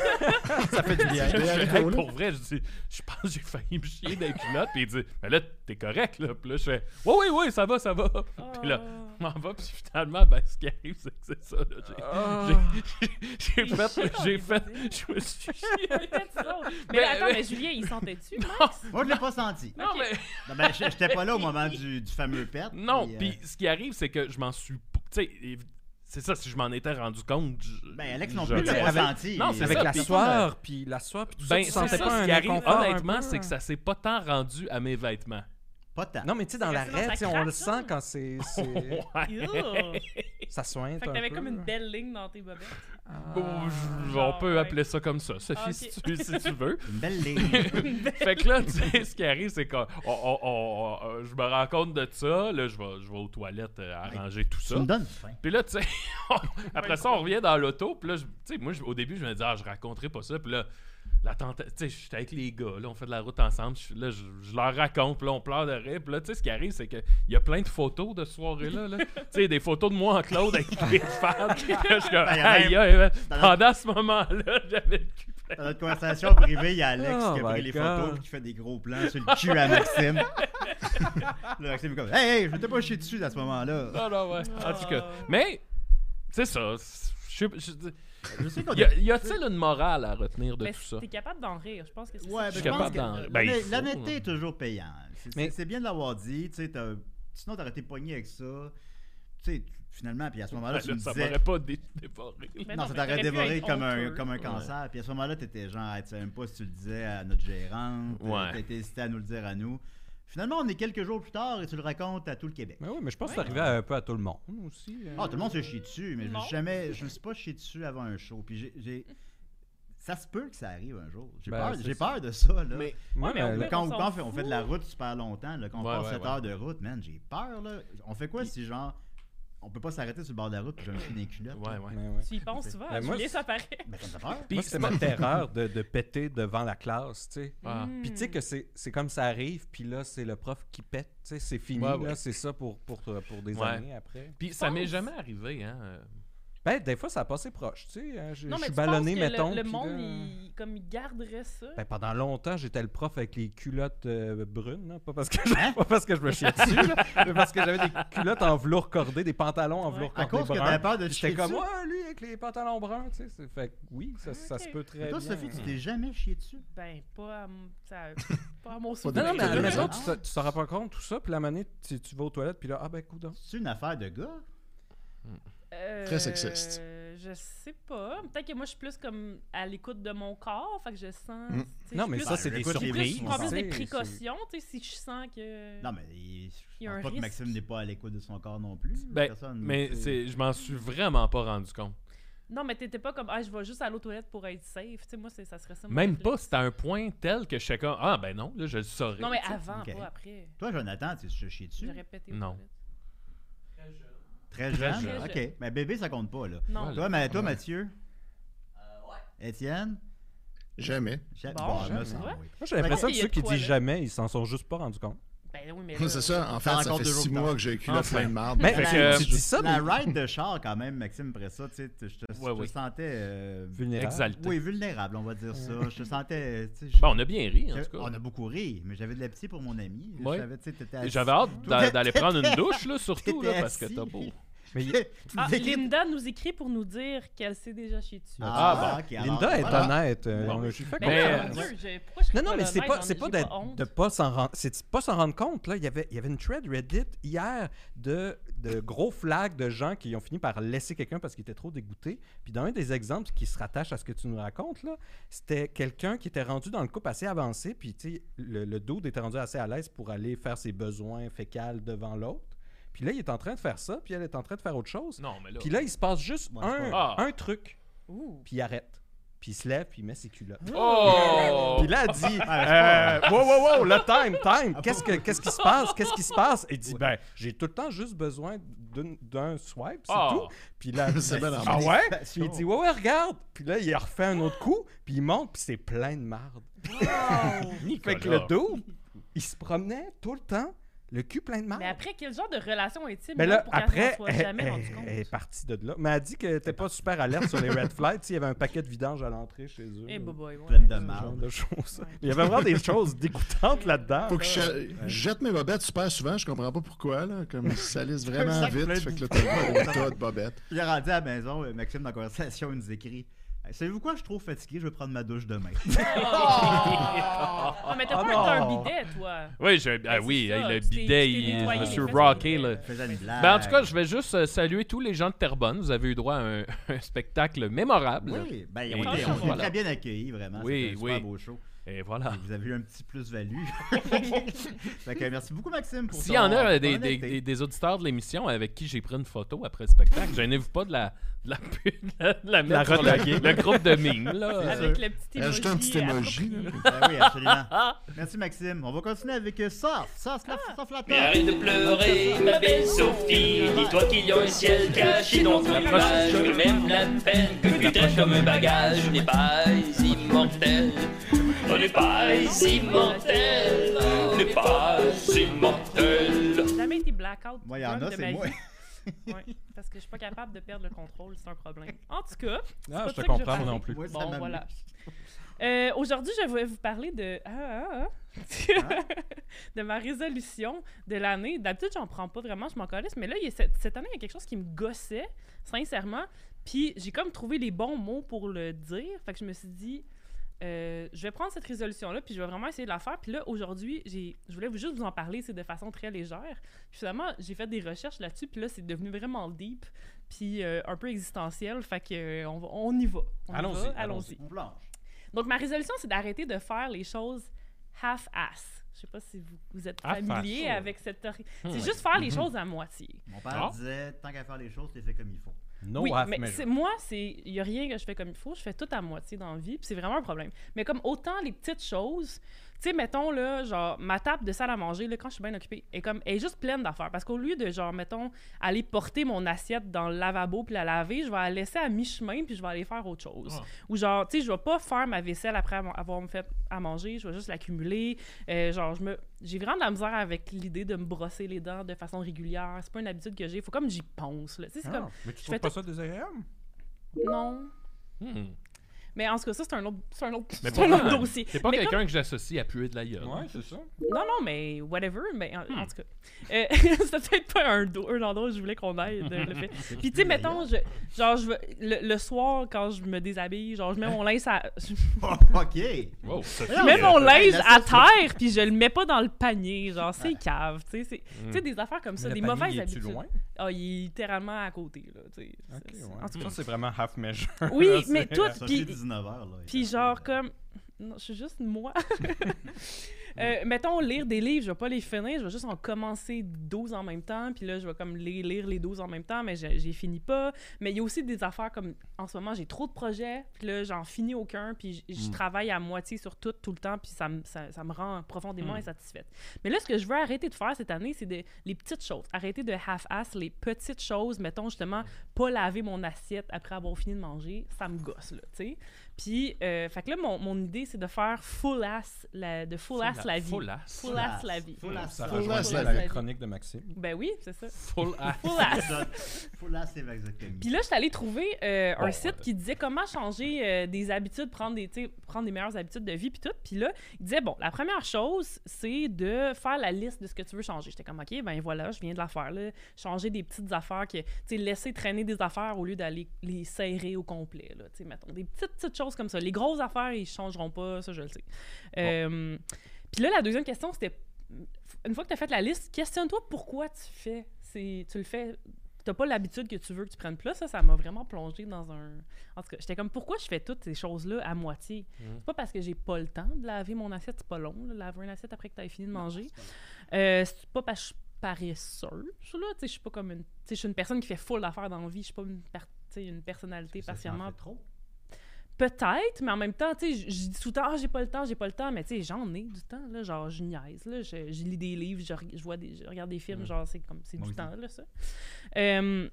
D: Ça fait du bien.
B: Je fais,
F: Harry
B: Hey,
F: Cole.
B: pour vrai, je dis, je pense que j'ai failli me chier d'un culotte. Puis il dit, mais là, t'es correct, là. Puis là, je fais, oui, oui, oui, ça va, ça va. Puis là,
E: Oh.
B: je m'en vais. Puis finalement, ben, ce qui arrive, c'est que c'est ça, là. J'ai- j'ai- J'ai
E: T'es
B: fait,
E: chiant,
B: j'ai
E: t'es
B: fait,
E: maudit.
B: je me suis
E: Peut-être drôle. mais,
B: Mais-
E: attends,
B: mais-
E: mais Julien, il sentait-tu? Max?
D: Moi, je l'ai pas senti.
B: Non,
E: Ok.
B: mais.
D: Non, ben, je- j'étais pas là au moment du, du fameux pet.
B: Non,
D: puis, euh,
B: puis ce qui arrive, c'est que je m'en suis. p- Tu sais, et- c'est ça, si je m'en étais rendu compte. je-
D: Ben, Alex non
B: je-
D: plus, tu l'as
B: Ouais.
D: pas senti.
B: Non, c'est
H: Avec
D: Avec
B: ça,
H: la
B: puis-
H: soeur, puis la soeur, puis tout ça,
B: Ben,
H: tu
B: c'est
H: sentais
B: ça,
H: pas
B: ce
H: un
B: qui arrive,
H: inconfort un
B: honnêtement,
H: peu? hein?
B: c'est que ça s'est pas tant rendu à mes vêtements.
D: Pas tant.
H: Non, mais tu sais, dans
E: C'est
H: la
E: resté dans
H: raie,
E: ta
H: tu sais, on le
E: craque, ça?
H: sent quand c'est. c'est-
E: Ew.
B: Ouais.
H: Ça sointe.
E: Fait que
H: un
E: t'avais
H: peu, hein.
E: comme une
H: là.
E: belle ligne dans tes bobettes.
H: Ah.
B: Oh, je-
E: genre,
B: On peut
E: ouais.
B: appeler ça comme ça, Sophie,
E: Ok.
B: si, tu, si tu veux.
D: Une belle ligne.
B: fait que là, tu sais, ce qui arrive, c'est que je me rends compte de ça. Là, je vais, je vais aux toilettes euh, arranger tout
D: Ben, tu
B: ça.
D: me donnes faim.
B: Puis là, tu sais, on- après ça, on revient dans l'auto. Puis là, je- tu sais, moi, je- au début, je me disais, ah, je raconterai pas ça. Puis là, la tenta- tu sais, j'étais avec les gars, là, on fait de la route ensemble. Je- là, je, je leur raconte, puis là, on pleure de rire. Puis là, tu sais, ce qui arrive, c'est qu'il y a plein de photos de ce soirée-là. Là. tu sais, des photos de moi en Claude avec les fans. Puis là, je suis comme,
D: Ben, y a même-
B: aïe, aïe, aïe.
D: Dans notre-
B: pendant ce moment-là, j'avais le cul plein.
D: Dans notre conversation privée, il y a Alex
H: Oh
D: qui a
H: my
D: pris les
H: God.
D: photos et qui fait des gros plans sur le cul à Maxime. le Maxime est comme Hey, hey, je m'étais pas chier dessus à ce moment-là.
B: Non, non, ouais. En tout cas.
D: Ah.
B: Mais, c'est ça. c'est- Je sais pas- je-
D: Je sais qu'on
B: y a- y a-t-il une morale à retenir de
E: Mais
B: tout ça?
E: t'es capable d'en rire, je pense que c'est
D: Ouais,
E: ça.
D: ben,
B: suis
D: je pense
B: capable
D: que
B: d'en-
D: l'honnêt-
B: ben, il faut,
D: l'honnêteté
B: là.
D: est toujours payante. C'est- C'est
H: Mais-
D: c'est bien de l'avoir dit. tu sais, t'as- Sinon, t'aurais été poigné avec ça. Tu sais, tu- finalement, puis à ce moment-là,
B: Ben,
D: tu
B: là,
D: me
B: ça
D: disais-
B: m'aurait pas dé- dévoré.
E: Mais
D: non,
E: Ben non,
D: ça
E: mais t'aurais
D: t'aurait
E: pu
D: dévoré
E: être
D: comme un,
E: honteux.
D: comme un
B: Ouais.
D: cancer. Puis à ce moment-là, t'étais genre, Hey, tu sais même pas si tu le disais à notre gérante.
B: Ouais.
D: T'as été hésité à nous le dire à nous. Finalement, on est quelques jours plus tard et tu le racontes à tout le Québec.
H: Mais oui, mais je pense que ça arrivait un peu à tout le monde aussi. euh.
D: Ah, tout le monde se chie dessus, mais je me
E: Non.
D: suis jamais. Je me suis pas chié dessus avant un show. Puis j'ai- j'ai. Ça se peut que ça arrive un jour. J'ai
H: Ben,
D: peur,
H: c'est
D: j'ai
H: ça.
D: peur de ça, là.
B: Mais-
H: Ouais,
E: Ouais, mais
H: ben,
E: on
H: le-
E: peut-
D: quand
E: on
D: on,
E: s'en
D: quand on fait, on fait
E: fout.
D: de la route super longtemps, là, quand on
B: Ouais,
D: passe
B: ouais,
D: 7
B: ouais.
D: heures de route, man, j'ai peur, là. On fait quoi si, genre, on peut pas s'arrêter sur le bord de la route puis j'ai un chien d'un culotte?
B: Ouais, ouais.
H: mais ouais.
E: Tu y penses souvent,
H: Ben, moi,
E: Julien,
H: c'est-
E: ça paraît.
D: Ben, ça me fait peur.
B: Puis
H: Moi, c'était ma terreur de, de péter devant la classe, tu sais.
B: Ah.
E: Hmm.
H: Puis tu sais que c'est c'est comme ça arrive, puis là, c'est le prof qui pète, tu sais, c'est fini,
B: Ouais, ouais.
H: là, c'est ça pour, pour, euh, pour des
B: Ouais.
H: années après.
B: Puis ça m'est
E: penses?
B: jamais arrivé, hein. euh,
H: Ben, des fois, ça a passé proche, tu sais. hein, Je
E: Non,
H: je suis
E: mais tu penses
H: ballonné,
E: que le-
H: mettons.
E: Le,
H: puis
E: monde,
H: là-
E: il, comme il garderait ça.
H: Ben, pendant longtemps, j'étais le prof avec les culottes euh, brunes, là. pas, parce que je,
D: Hein?
H: pas parce que je me chiais dessus, là, mais parce que j'avais des culottes en velours cordé, des pantalons en
E: Ouais.
H: velours
D: À
H: cordé
D: cause que
H: brun.
D: t'avais peur de
H: Puis
D: te
H: J'étais
D: chier
H: comme,
D: dessus.
H: ouais, lui avec les pantalons bruns, tu sais. c'est- Fait que oui, ça, ça se
E: Ok.
H: peut
D: Mais
H: très
D: Toi,
H: bien.
D: Sophie, tu t'es jamais chié dessus.
E: Ben, pas à, m- ça, pas à mon
H: Non,
E: souvenir.
H: non, mais à la
D: Là,
H: maison,
D: là.
H: tu te- tu t'en rends pas compte, tout ça, puis la manée, tu, tu vas aux toilettes, puis là, ah ben, coudonc.
D: C'est une affaire de gars.
E: Euh,
F: Très sexiste.
E: Je sais pas. Peut-être que moi, je suis plus comme à l'écoute de mon corps, fait que je sens.
F: Mm.
E: tu sais,
H: Non,
E: je
H: mais
E: suis
H: ça,
E: plus-
H: c'est des
D: écoute,
E: je suis plus-
H: surprises.
E: Je prends plus
H: c'est-
E: des
H: c'est-
E: précautions, tu sais, si je sens que.
D: Non, mais il-
E: Il
D: je
E: y a un
D: pense pas que
E: risque.
D: Maxime n'est pas à l'écoute de son corps non plus.
B: Ben,
D: Personne,
H: Hmm.
B: mais
D: tu sais.
B: c'est, je m'en suis vraiment pas rendu compte.
E: Non, mais t'étais pas comme, ah, je vais juste aller aux toilettes pour être safe. Tu sais, moi, c'est- ça serait ça. mon
B: Même
E: réflexe.
B: pas, c'était à un point tel que je sais comme Ah, ben non, là, je le saurais.
E: Non, mais
B: tu sais.
E: avant,
D: Ok.
E: pas après.
D: Toi, Jonathan, tu te chies dessus.
E: J'aurais pété aux
B: Non.
E: toilettes.
D: Très jeune.
B: jeune. Ah,
E: Très
D: OK. Mais bébé, ça compte pas, là.
E: Non.
B: Voilà.
D: Toi, ma- toi Mathieu. Étienne.
F: Jamais.
D: Ja-
E: Bon,
D: Bon,
E: jamais.
D: me semble, oui.
H: Moi, j'ai l'impression
E: Ouais.
H: que
E: Il y a
H: ceux qui
E: de quoi,
H: disent
E: là.
H: jamais, ils s'en sont juste pas rendus compte.
E: Ben oui, mais.
F: Moi, c'est ça. En fait,
D: Ça
F: ça
D: encore
F: fait
D: deux jours
F: six
D: plus
F: mois
D: tard.
F: que j'ai les culottes
B: Enfin.
F: pleines de marde.
H: Mais
B: Fait
H: euh,
B: que-
H: tu dis ça, mais
D: La ride de char, quand même, Maxime, après ça, tu sais, t- je te,
B: Ouais,
D: je te
B: oui.
D: sentais. euh,
H: vulnérable.
B: Exalté.
D: Oui, vulnérable, on va dire ça. Je te sentais. tu sais, je-
B: Ben, on a bien ri, en tout
D: on
B: cas.
D: a beaucoup ri, mais j'avais de la pitié pour mon ami.
B: Ouais.
D: J'avais, tu sais, t'étais assis-
B: J'avais hâte d'a- d'aller prendre une douche, là, surtout, là,
D: T'étais
B: parce que
D: assis.
B: t'as beau.
H: Mais y-
D: Tu
E: Ah,
D: décris-
E: Linda nous écrit pour nous dire qu'elle s'est déjà chez dessus.
B: Ah,
D: ok, alors,
H: Linda est
D: voilà.
H: honnête. euh,
B: Bon,
H: on- je suis fait
E: Ben,
B: Mais-
E: mon
H: confiance.
E: Dieu, j'ai- pourquoi je serais
H: Non, non, mais c'est
E: honnête,
H: pas,
E: j'en-
H: c'est pas
E: j'ai
H: d'être-
E: honte.
H: de pas s'en rendre, c'est de pas s'en rendre compte. Là, il y avait, il y avait une thread Reddit hier de, de gros flags de gens qui ont fini par laisser quelqu'un parce qu'il était trop dégoûté. Puis dans un des exemples qui se rattache à ce que tu nous racontes là, c'était quelqu'un qui était rendu dans le couple assez avancé. Puis tu sais, le, le dude était rendu assez à l'aise pour aller faire ses besoins fécales devant l'autre. Puis là, il est en train de faire ça. Puis elle est en train de faire autre chose.
B: Non, mais là.
H: Puis là, il se passe juste
D: Ouais,
H: un,
D: c'est
B: pas- Ah.
H: un truc.
E: Ouh.
H: Puis il arrête. Puis il se lève. Puis il met ses culottes.
B: Oh!
H: Puis là, elle dit
D: pas
H: euh, Wow, wow, wow, le time, time, qu'est-ce, que, qu'est-ce qui se passe Qu'est-ce qui se passe Il dit Ben, j'ai tout le temps juste besoin d'une- d'un swipe, c'est
B: Ah.
H: tout. Puis là,
F: C'est bien
H: Ah
F: normal.
H: ouais Puis
D: Passion.
H: il dit Ouais, ouais, regarde. Puis là, il refait un autre coup, puis il monte, puis c'est plein de marde.
B: Nicolas.
H: Fait que le dos, il se promenait tout le temps, le cul plein de marde.
E: Mais après, quel genre de relation est-il
H: Mais là,
E: pour qu'elle
H: après,
E: s'en soit
H: elle,
E: jamais rendue
H: elle-
E: compte?
H: elle est partie de là. Mais elle dit qu'elle était pas super alerte sur les red flags. Tu sais, Il y avait un paquet de vidange à l'entrée chez eux.
E: Eh,
H: là.
E: boboy, ouais.
D: Pleine
H: Ce
D: de
H: genre
D: marde.
H: de choses.
E: Ouais.
H: Il y avait vraiment des choses dégoûtantes là-dedans.
F: Faut que je je jette mes bobettes super souvent, je comprends pas pourquoi, là, comme ils salissent vraiment
D: sac
F: vite,
D: plein de
F: fait que là, t'as un gros tas de bobettes.
D: Il est rendu à la maison, euh, Maxime, dans la conversation, il nous écrit Hey, Savez-vous quoi, je suis trop fatigué, je vais prendre ma douche demain.
E: Ah, mais t'as
H: Ah
E: pas un
H: non.
E: bidet, toi.
B: Oui, j'ai- ah oui,
E: c'est
B: hey,
E: ça,
B: le
E: tu t'es-
B: bidet,
E: tu t'es
B: il- je
E: nettoyé
B: me
E: les
B: suis
E: fesses au
B: rocké,
E: bidet.
B: là.
D: Je faisais une blague.
B: Ben, en tout cas, je vais juste euh, saluer tous les gens de Terrebonne. Vous avez eu droit à un, un spectacle mémorable.
D: Oui, ben,
B: Et
D: on
B: voilà.
D: était- on était
B: Voilà.
D: très bien accueillis, vraiment.
B: Oui,
D: C'était un super
B: oui.
D: beau show.
B: Et voilà.
D: Et Vous avez eu un petit plus-value. fait que merci beaucoup, Maxime, pour
B: S'il y en
D: ton-
B: a euh,
D: ton
B: des, des-
D: honnêteté.
B: des- des auditeurs de l'émission avec qui j'ai pris une photo après le spectacle, gênez-vous pas de la, de la, pu- de la, de la mettre sur
H: retaguer.
B: le, le groupe de mime. Là.
E: Avec le petit emoji.
F: Ajoute un petit emoji,
E: approprié.
D: Ben oui, absolument. Merci, Maxime. On va continuer avec euh, Surf. Surf, la,
B: Ah!
D: surf la
A: Mais
D: terre.
B: Ben
A: arrête de pleurer, ma belle Sophie. Dis-toi qu'il y a un ciel caché dans ton image. Que même la peine que tu traites comme un bagage n'est pas immortel. On n'est pas immortel. On n'est pas immortel.
E: J'ai jamais été blackout.
D: Moi, il y en
E: drunk
D: a,
E: de
D: c'est
E: ma
D: moi.
E: vie. Ouais, parce que je suis pas capable de perdre le contrôle, c'est un problème. En tout cas,
H: Ah,
E: pas
H: je te
E: ça que je
H: comprends, moi
E: parlais.
H: non plus.
D: Moi, ça
E: Bon,
D: m'amuse.
E: voilà. Euh, Aujourd'hui, je vais vous parler de ah, ah, ah. de ma résolution de l'année. D'habitude, j'en prends pas vraiment, je m'en calisse, mais là, il y a cette, cette année, il y a quelque chose qui me gossait, sincèrement. Puis j'ai comme trouvé les bons mots pour le dire. Fait que je me suis dit, euh, je vais prendre cette résolution-là, puis je vais vraiment essayer de la faire. Puis là, aujourd'hui, j'ai- je voulais vous- juste vous en parler, c'est de façon très légère. Puis finalement, j'ai fait des recherches là-dessus, puis là, c'est devenu vraiment deep, puis euh, un peu existentiel. Fait que euh, on, va- on y va. On y
H: Allons-y,
E: va,
H: allons-y.
E: Allons-y.
D: On plonge.
E: Donc, ma résolution, c'est d'arrêter de faire les choses half-ass. Je sais pas si vous, vous êtes
B: Half-ass,
E: familier
B: ouais.
E: avec cette théorie. C'est juste faire les choses à moitié.
D: Mon père
B: Ah.
D: disait Tant qu'à faire les choses, tu les fais comme il faut.
H: No
E: oui,
H: half
E: mais
H: measure.
E: c'est- moi, c'est il y a rien que je fais comme il faut. Je fais tout à moitié dans la vie, puis c'est vraiment un problème. Mais comme autant les petites choses, tu sais, mettons là, genre ma table de salle à manger là, quand je suis bien occupée, est comme elle est juste pleine d'affaires. Parce qu'au lieu de genre mettons aller porter mon assiette dans le lavabo puis la laver, je vais la laisser à mi chemin puis je vais aller faire autre chose.
B: Ah.
E: Ou genre, tu sais, je vais pas faire ma vaisselle après avo- avoir me fait à manger, je vais juste l'accumuler. Euh, genre, je me, j'ai vraiment de la misère avec l'idée de me brosser les dents de façon régulière. C'est pas une habitude que j'ai. Faut comme j'y pense là. Tu sais, c'est
H: Ah,
E: comme
H: mais tu
E: fais
H: trouves pas ça désagréable?
E: non.
B: Hmm.
E: Mais en tout cas, ça, c'est un autre, c'est un autre,
B: Mais
E: c'est un
B: pourtant,
E: autre dossier.
B: C'est pas
E: Mais
B: quelqu'un que j'associe à puer de la gueule.
H: c'est ça.
E: comme- Non, non, mais whatever. Mais en, en tout cas, euh, c'était peut-être pas un, do- un endroit où je voulais qu'on aille. de- le fait. Puis, tu sais, mettons, je, genre, je, veux- le, le soir, quand je me déshabille, genre, je mets mon linge à, je
D: Oh, OK.
B: Wow, ça-
D: Mais non,
E: mets
D: mais-
E: mon
D: mais
E: linge
D: la
E: à
D: sauce-
E: terre, puis je le mets pas dans le panier. Genre, c'est cave. Tu sais, c'est- tu sais, des affaires comme ça, des mauvaises habitudes.
H: loin?
E: Ah, il est littéralement à côté, là. tu sais.
H: Ok,
E: C'est- c'est- en tout
H: ouais. Ça, c'est vraiment half measure.
E: cas- Oui, mais tout.
D: Ça fait
E: Puis,
D: 19h. là.
E: Puis genre comme non, je suis juste moi. Euh, mettons lire des livres, je vais pas les finir, je vais juste en commencer 12 en même temps, puis là je vais comme les lire les 12 en même temps, mais j'ai j'ai fini pas. Mais il y a aussi des affaires comme en ce moment, j'ai trop de projets, puis là j'en finis aucun, puis j- je travaille à moitié sur tout tout le temps, puis ça, me- ça, ça me rend profondément insatisfaite. Mais là ce que je veux arrêter de faire cette année, c'est de- les petites choses, arrêter de half-ass les petites choses, mettons justement pas laver mon assiette après avoir fini de manger, ça me gosse là, tu sais. Puis, euh, fait que là, mon, mon idée, c'est de faire full ass, la- de full, ass, ass la vie.
B: Full ass.
E: Full ass la vie.
D: Full ass.
H: Ça
D: Full
H: rejoint
D: ass
H: bien
D: la
H: la
E: vie.
H: chronique de Maxime.
E: Ben oui, c'est ça.
B: Full ass.
E: Full ass.
D: Full ass vasectomie.
E: Puis là, je suis allée trouver euh, un
B: Bon,
E: site
B: euh.
E: qui disait comment changer euh, des habitudes, prendre des, tu sais, prendre des meilleures habitudes de vie, puis tout. Puis là, il disait, bon, la première chose, c'est de faire la liste de ce que tu veux changer. J'étais comme, OK, ben voilà, je viens de la faire, là. Changer des petites affaires, que, tu sais, laisser traîner des affaires au lieu d'aller les serrer au complet, là. Tu sais, mettons, des petites, petites choses comme ça. Les grosses affaires, ils changeront pas, ça, je le sais. Euh, Puis là, la deuxième question, c'était, une fois que tu as fait la liste, questionne-toi pourquoi tu fais. C'est, tu le fais t'as pas l'habitude que tu veux que tu prennes plus, ça, ça m'a vraiment plongé dans un. En tout cas, j'étais comme pourquoi je fais toutes ces choses-là à moitié.
D: Mm.
E: C'est pas parce que j'ai pas le temps de laver mon assiette, c'est pas long, là, laver une assiette après que t'as fini de manger. Euh, c'est pas parce que je suis paresseuse, là, tu sais, je suis pas comme une. Tu sais, je suis une personne qui fait full d'affaires dans la vie, je suis pas une, par- tu sais, une personnalité
D: Parce que ça, t'en
E: particulièrement
D: fais trop.
E: Peut-être, mais en même temps, tu sais, je je dis tout le temps, ah, j'ai pas le temps, j'ai pas le temps, mais tu sais, j'en ai du temps, là, genre, je niaise, là, je, je lis des livres, je, re- je vois des, je regarde des films, genre, c'est comme, c'est
D: Mm. Moi
E: du
D: aussi.
E: temps, là, ça. Euh,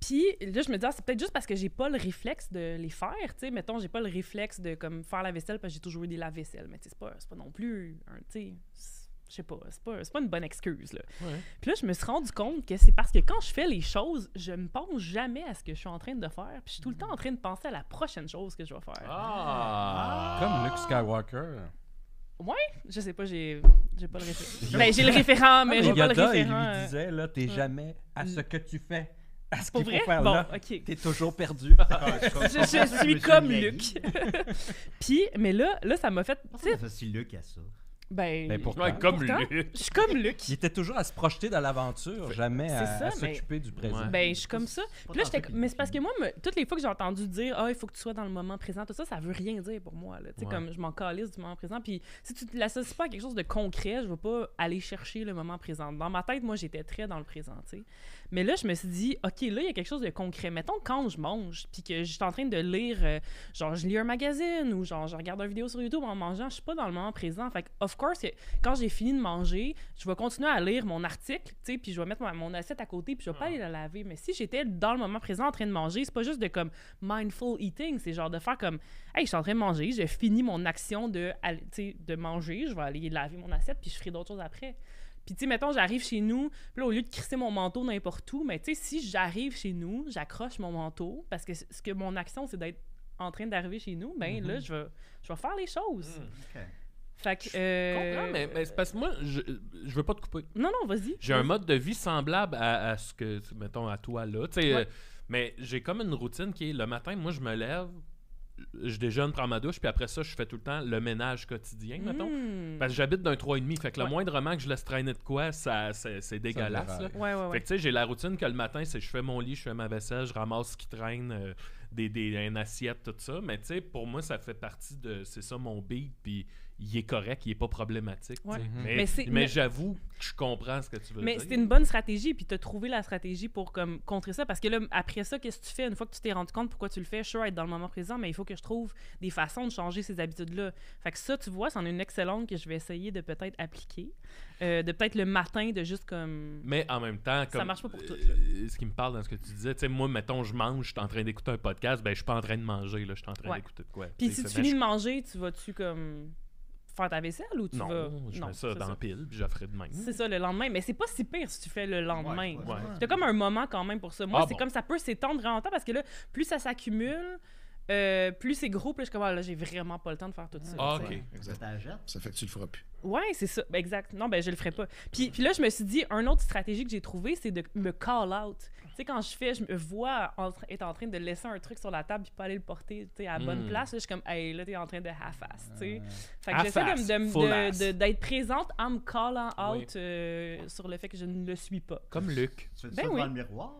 E: puis là, je me dis, ah, c'est peut-être juste parce que j'ai pas le réflexe de les faire, tu sais, mettons, j'ai pas le réflexe de, comme, faire la vaisselle parce que j'ai toujours eu des lave-vaisselle, mais tu sais, c'est pas, c'est pas non plus, un- tu sais, c'est- je sais pas, c'est pas, c'est pas une bonne excuse, là. Puis là, je me suis rendu compte que c'est parce que quand je fais les choses, je me pense jamais à ce que je suis en train de faire. Puis je suis
D: Mm.
E: tout le temps en train de penser à la prochaine chose que je vais faire.
B: Ah.
H: Comme Luke Skywalker.
E: Ah, Je sais pas, j'ai, j'ai pas le référent. ben, j'ai le référent, mais j'ai pas
H: Yoda,
E: le
H: il
E: référent.
H: lui
E: euh,
H: disait, là, t'es jamais à ce que tu fais, à ce
E: Pour
H: qu'il
E: vrai?
H: faut faire
E: bon,
H: là.
E: ok.
H: T'es toujours perdu.
E: Je, je suis comme Luc. Puis, mais là, là, ça m'a fait.
D: Pourquoi
E: tu sais,
D: On associe Luc à ça.
E: Ben,
H: Ben, pourtant.
B: Ouais, comme
E: Pourtant,
B: lui.
E: je suis comme Luc.
H: Il était toujours à se projeter dans l'aventure, jamais à,
E: C'est ça,
H: à
E: mais-
H: s'occuper du présent.
B: Ouais.
E: Ben, je suis comme ça.
D: pas
E: Puis là,
D: tant
E: j'étais.
D: ça qu'il
E: Mais
D: le
E: c'est parce que
D: dit.
E: moi, me- toutes les fois que j'ai entendu dire Ah, il faut que tu sois dans le moment présent, tout ça, ça veut rien dire pour moi. Là. Tu sais,
B: Ouais.
E: comme je m'en calisse du moment présent. Puis si tu ne l'associes pas à quelque chose de concret, je ne vais pas aller chercher le moment présent. Dans ma tête, moi, j'étais très dans le présent, tu sais. Mais là, je me suis dit OK, là, il y a quelque chose de concret. Mettons quand je mange, puis que je suis en train de lire, euh, genre, je lis un magazine ou genre, je regarde une vidéo sur YouTube en mangeant, je ne suis pas dans le moment présent. Fait que, of course, que- quand j'ai fini de manger, je vais continuer à lire mon article, tu sais, puis je vais mettre ma- mon assiette à côté, puis je vais
B: Ah.
E: pas aller la laver. Mais si j'étais dans le moment présent en train de manger, c'est pas juste de comme mindful eating, c'est genre de faire comme hey, je suis en train de manger, je finis mon action de, aller- tu sais, de manger, je vais aller laver mon assiette, puis je ferai d'autres choses après. Puis, tu sais, mettons, j'arrive chez nous, puis là, au lieu de crisser mon manteau n'importe où, mais tu sais, si j'arrive chez nous, j'accroche mon manteau, parce que c- ce que mon action, c'est d'être en train d'arriver chez nous,
B: Mm-hmm.
E: ben là, je vais, je vais faire les choses.
D: Ok.
E: Fait que.
B: Mm. Je
E: euh,
B: comprends, mais, mais c'est parce que moi, je, je veux pas te couper.
E: Non, non, vas-y.
B: J'ai un mode de vie semblable à, à ce que, mettons, à toi là. tu sais,
E: Ouais.
B: euh, mais j'ai comme une routine qui est le matin, moi, je me lève, je déjeune, prends ma douche, puis après ça, je fais tout le temps le ménage quotidien, mettons.
E: Mm.
B: Parce que j'habite d'un 3,5, fait que
E: Ouais.
B: le moindrement que je laisse traîner de quoi, ça, c'est, c'est dégueulasse.
H: déraille.
B: là.
E: Ouais, ouais, ouais.
B: Fait que tu sais, j'ai la routine que le matin, c'est je fais mon lit, je fais ma vaisselle, je ramasse ce qui traîne, euh, des, des, une assiette, tout ça. Mais tu sais, pour moi, ça fait partie de. C'est ça mon beat, puis il est correct, il est pas problématique. tu sais.
E: Ouais.
H: Mm.
B: Mais,
E: Mais c'est-
B: mais
E: mais-
B: j'avoue que je comprends ce que tu veux
E: Mais
B: dire.
E: c'était une bonne stratégie, puis tu as trouvé la stratégie pour comme, contrer ça. Parce que là, après ça, qu'est-ce que tu fais une fois que tu t'es rendu compte pourquoi tu le fais? Sure, être dans le moment présent, mais il faut que je trouve des façons de changer ces habitudes-là. Fait que ça, tu vois, c'en est une excellente que je vais essayer de peut-être appliquer. Euh, de peut-être le matin, de juste comme.
B: Mais en même temps,
E: Ça
B: comme,
E: marche pas pour tout,
B: euh, ce qui me parle dans ce que tu disais, tu sais, moi, mettons, je mange, je suis en train d'écouter un podcast, ben, je suis pas en train de manger, là, je suis en train
E: Ouais.
B: d'écouter de quoi.
E: Puis
B: tu
E: si
B: sais,
E: tu
B: ça,
E: finis
B: ben,
E: de manger, tu vas-tu comme faire ta vaisselle ou
B: je-
E: tu
B: Non,
E: vas.
B: je mets ça
E: c'est
B: dans la pile, puis je la ferai demain.
E: C'est ça le lendemain. Mais c'est pas si pire si tu fais le lendemain.
D: Ouais,
B: Ouais.
E: T'as comme un moment quand même pour ça. Moi,
B: Ah
E: c'est
B: bon.
E: comme ça peut s'étendre en temps parce que là, plus ça s'accumule, euh, plus c'est gros, plus je suis comme, ah, là, j'ai vraiment pas le temps de faire tout ça.
B: Ah,
E: tu sais.
B: ok.
F: Exact.
D: Ça jette.
F: Ça fait que tu le feras plus.
E: Ouais, c'est ça. Ben, exact. Non, ben, je le ferai pas. Puis, puis là, je me suis dit, une autre stratégie que j'ai trouvée, c'est de me call out. Tu sais, quand je fais, je me vois en tra- être en train de laisser un truc sur la table puis pas aller le porter tu sais, à la bonne
B: Mm.
E: place. Là, je suis comme, hey, là, t'es en train de half-ass. tu sais. Fait que
B: Euh, half-ass,
E: j'essaie de me- de
B: full
E: me-
B: ass.
E: de- de- d'être présente en me calling
B: Oui.
E: out euh, sur le fait que je ne le suis pas.
B: Comme Luc.
D: Tu fais
E: Ben
D: ça
E: oui.
D: devant le miroir?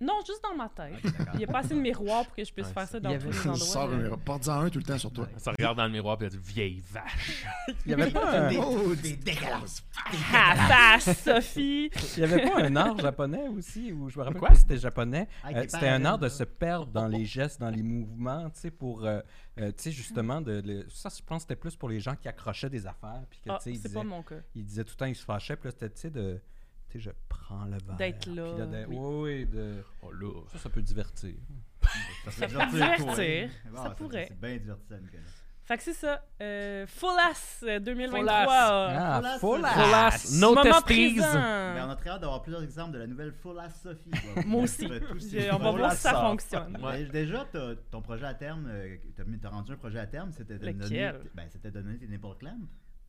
E: Non, juste dans ma tête.
D: Ok, d'accord.
E: Il n'y a pas assez de miroir pour que je puisse
B: Ouais,
E: faire
B: c'est-
E: ça dans
H: Il y
E: tous
H: avait-
E: les
F: Sors
E: endroits.
F: Sors,
E: là.
F: un- porte-en un tout le temps sur toi.
B: Elle se regarde dans le miroir, puis elle dit Vieille vache.
H: Il n'y avait, pas un-
F: Oh, t'es dégueulasse.
E: Ah, face, Sophie!
H: il y avait pas un art japonais aussi, où je me rappelle pas si c'était japonais.
D: Ah,
H: Euh,
D: t'es
H: c'était un
D: pas
H: art de
D: là.
H: se perdre dans les gestes, dans les mouvements, tu sais, pour, euh, euh, tu sais, justement, de, le- ça, je pense que c'était plus pour les gens qui accrochaient des affaires, puis que,
E: Ah,
H: tu sais, ils
E: c'est
H: disaient,
E: pas mon cas.
H: il disait tout le temps, il se fâchait, puis là, c'était, tu sais, de, tu sais, je prends le verre.
E: D'être
H: puis
E: là,
H: de-
E: oui.
H: oui, oui, de-
B: Oh là.
H: ça, ça peut divertir.
D: Ça serait
E: pourrait
D: divertir, toi,
E: divertir.
D: hein.
E: Ça
D: Bon, serait-
E: pourrait.
D: C'est bien divertissant, Nicolas.
E: Fait que c'est ça. Euh, full ass euh, 2023.
H: Ah, full
D: Full
H: ass.
B: Ass, no
E: Moment
B: testies.
E: présent.
D: Mais on a très hâte d'avoir plusieurs exemples de la nouvelle Full Ass Sophie.
E: Moi aussi.
D: De tous ces
E: Je- on va
D: full
E: voir
D: ass
E: si ça
D: sort.
E: fonctionne.
B: Ouais.
D: Dé- Déjà, t'as- ton projet à terme, euh, t'as mis- t'as rendu un projet à terme, c'était de donner,
E: Lequel?
D: ben, c'était de donner tes nipple clamps.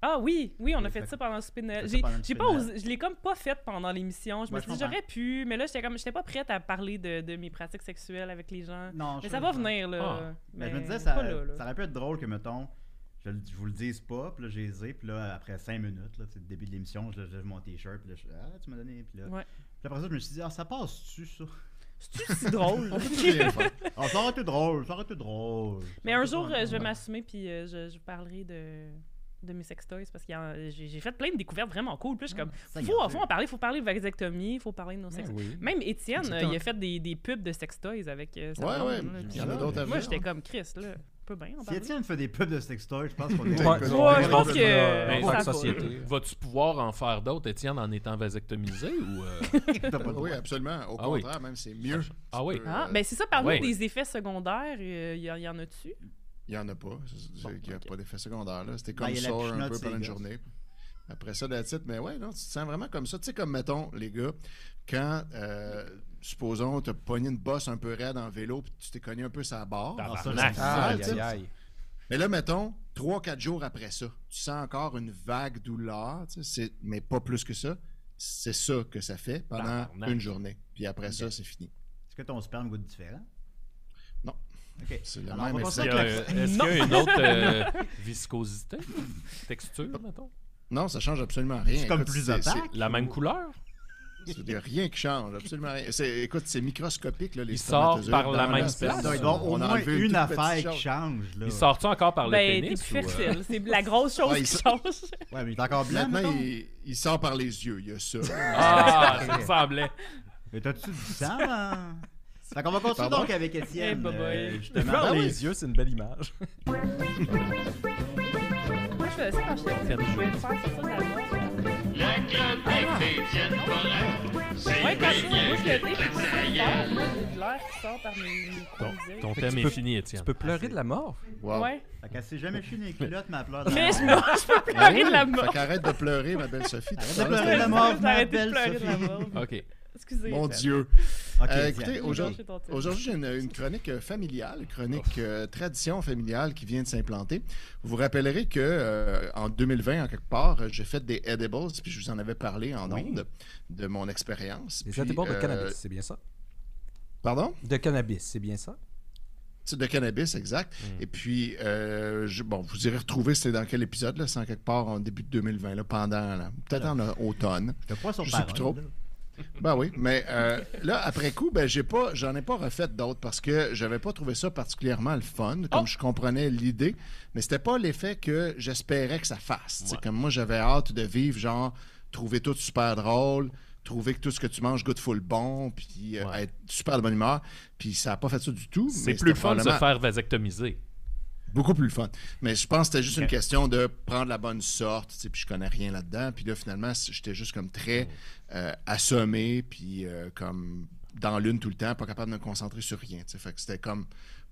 E: Ah oui, oui, on a
D: Ouais,
E: fait
D: fait-
E: ça pendant le spin.
D: fait
E: euh,
D: ça
E: J'ai
D: pendant le
E: j'ai
D: spin
E: pas
D: air.
E: osé- je l'ai comme pas fait pendant l'émission. Je
D: Ouais,
E: me
D: je
E: suis dit
D: comprends.
E: j'aurais pu, mais là j'étais comme j'étais pas prête à parler de, de mes pratiques sexuelles avec les gens.
D: Non,
E: mais
D: je-
E: ça va venir là.
B: Ah.
D: Ben,
E: Mais
D: je me disais, ça,
E: pas là, là.
D: ça aurait pu être drôle que, mettons, je, le- je vous le dise pas, puis là, j'ai zé, puis là, après 5 minutes, là, c'est le début de l'émission, je lève mon t-shirt, puis là, je, ah, tu m'as donné, puis là.
E: Ouais.
D: Puis après ça, je me suis dit, ah, ça passe-tu, ça?
E: C'est si drôle.
D: Ah, ça aurait été drôle, ça aurait été drôle.
E: mais un jour euh, je vais
D: m'assurer.
E: m'assumer puis euh, je, je vous parlerai de de mes sextoys parce que j'ai j'ai fait plein de découvertes vraiment cool. Puis là, je suis
F: Ah,
E: comme faut, faut en parler, faut parler de vasectomie, faut parler de nos sextoys.
H: Ben Oui.
E: Même Étienne, euh,
F: Exactement.
E: il a fait des, des pubs de sextoys avec euh, sa
F: Ouais,
E: blonde,
F: ouais,
E: là,
F: il
E: puis
F: y en a d'autres à
E: Moi,
F: venir. hein.
E: j'étais comme Chris, là. On peut bien en
D: Si
E: parler.
D: Étienne fait des pubs de sextoy, je pense qu'on est.
H: Ouais,
E: je pense que-
B: Mais-
H: en tant
E: ça
H: que
E: va.
H: société.
B: Vas-tu pouvoir en faire d'autres, Étienne, en étant vasectomisé ou. euh,
D: T'as pas de
F: Oui,
D: droit.
F: absolument. Au
B: Ah oui.
F: contraire, même, c'est mieux.
B: Ah oui.
F: Tu peux,
E: Ah,
F: euh,
E: ben c'est ça, parle-nous
B: ouais.
E: des effets secondaires, euh, il y, a- y en a-tu?
F: Il n'y en a pas. Il n'y a pas d'effet secondaire. là. C'était
D: Ben,
F: comme
D: il y a la
F: ça un
D: pichenotte,
F: peu
D: c'est
F: pendant une
D: gosse.
F: journée. Après ça, la titre, mais ouais, non, tu te sens vraiment comme ça. Tu sais, comme mettons, les gars, quand, euh, supposons, t'as pogné une bosse un peu raide en vélo, puis tu t'es cogné un peu sa barre.
D: Ah, ça,
B: Tabarnak.
D: c'est-
F: Ah,
H: Aïe,
F: tu sais.
H: aïe, aïe.
F: Mais là, mettons, 3-4 jours après ça, tu sens encore une vague douleur, tu sais, c'est- mais pas plus que ça. C'est ça que ça fait pendant
B: Tabarnak.
F: une journée. Puis après ça, c'est fini.
D: Est-ce que ton sperme goûte différent?
F: Non.
D: Ok.
F: C'est le
D: Alors, on
F: même
D: va
B: Est-ce
F: effet.
B: qu'il y a, est-ce qu'il y a une autre euh, viscosité Texture, mettons
F: Non, ça change absolument rien.
D: C'est comme
F: Écoute,
D: plus
F: c'est-
D: opaque.
F: c'est-
B: La même couleur
F: Il n'y a rien qui change, absolument rien. C'est- écoute, c'est microscopique, là, les
B: Il sort
F: spermatozoïdes
B: par la
F: dans
B: même
F: sperme.
B: place.
D: Ah, Il doit y avoir au
F: On a
D: moins
F: enlevé toute
D: une
F: petite
D: affaire qui
F: chose.
D: change. Là.
B: Il sort-tu encore par le
E: ben,
B: pénis
E: t'es plus
B: ou, euh,
E: fertile, c'est la grosse chose
F: Ouais, il
E: qui
F: s-
E: change.
D: Ouais, mais il est encore blanc.
F: Maintenant,
D: mettons.
F: il, il sort par les yeux, il y a ça.
B: Ah, ça me semblait.
D: Mais t'as-tu du sang? hein? Fait qu'on va continuer
F: Pardon? Ah
D: donc avec Étienne.
E: Eh, bye-bye.
D: euh, justement.
H: Par
D: Ben oui.
H: les yeux, c'est une belle image.
E: Moi, je faisais ça quand j'étais petite, je pouvais le faire, c'est ça, la loi.
A: La crevette d'Étienne Morin, c'est
E: Ouais, quand
A: bien
E: ça, moi, je
A: mieux
E: le
A: que
E: dis, je
A: la
E: pouvais pas le
A: saillie.
E: faire, là, j'ai de l'air qui sort par mes mes
B: Ton,
E: coins
B: ton
H: Fait que
B: thème
H: tu
B: est
H: peux-
B: fini, Étienne.
H: Tu peux pleurer de la mort.
F: Wow.
E: Ouais.
D: Fait qu'elle s'est jamais chiée dans les culottes, mais elle pleure.
E: Mais je,
D: me
E: non, je peux
F: Ah oui?
E: pleurer de la mort.
F: Fait qu'arrête de pleurer, ma belle Sophie.
D: Arrête
F: Tout
D: de
F: ça, là,
D: pleurer
F: c'est-
D: la mort,
E: J'ai arrêté
D: ma
E: de pleurer de la
D: belle
E: mort.
B: OK.
E: Excusez.
F: Mon
E: Étienne.
F: Dieu.
D: Ok,
F: Euh,
D: Étienne,
F: écoutez,
D: ok.
F: aujourd'hui,
E: Ton titre.
F: aujourd'hui, j'ai une, une chronique euh, familiale, chronique
H: Oh.
F: euh, tradition familiale qui vient de s'implanter. Vous vous rappellerez que euh, en 2020, en quelque part, euh, j'ai fait des edibles, puis je vous en avais parlé en ondes de mon expérience.
H: Les
F: Puis,
H: antibords de
F: euh,
H: cannabis, c'est bien ça?
F: Pardon?
H: De cannabis, c'est bien ça?
F: C'est de cannabis, exact.
H: Mm.
F: Et puis, euh, je- bon, vous irez retrouver c'était dans quel épisode, là, c'est en quelque part en début de 2020, là, pendant, là, peut-être en euh, automne.
D: Je te crois sur
F: Je sais
D: parole.
F: plus trop.
D: là.
F: Ben oui, mais euh, là, après coup, ben, j'ai pas, j'en ai pas refait d'autres parce que j'avais pas trouvé ça particulièrement le fun,
B: Oh!
F: comme je comprenais l'idée, mais c'était pas l'effet que j'espérais que ça fasse. C'est Comme moi, j'avais hâte de vivre, genre, trouver tout super drôle, trouver que tout ce que tu manges goûte full bon, puis euh,
B: Ouais.
F: être super de bonne humeur, puis ça a pas fait ça du tout.
B: C'est
F: mais
B: plus
F: c'était
B: fun de se
F: probablement
B: faire vasectomiser.
F: Beaucoup plus le fun. Mais je pense que c'était juste une question de prendre la bonne sorte, tu sais, puis je connais rien là-dedans. Puis là, finalement, c- j'étais juste comme très euh, assommé, puis euh, comme dans l'une tout le temps, pas capable de me concentrer sur rien. tu sais. Fait que c'était comme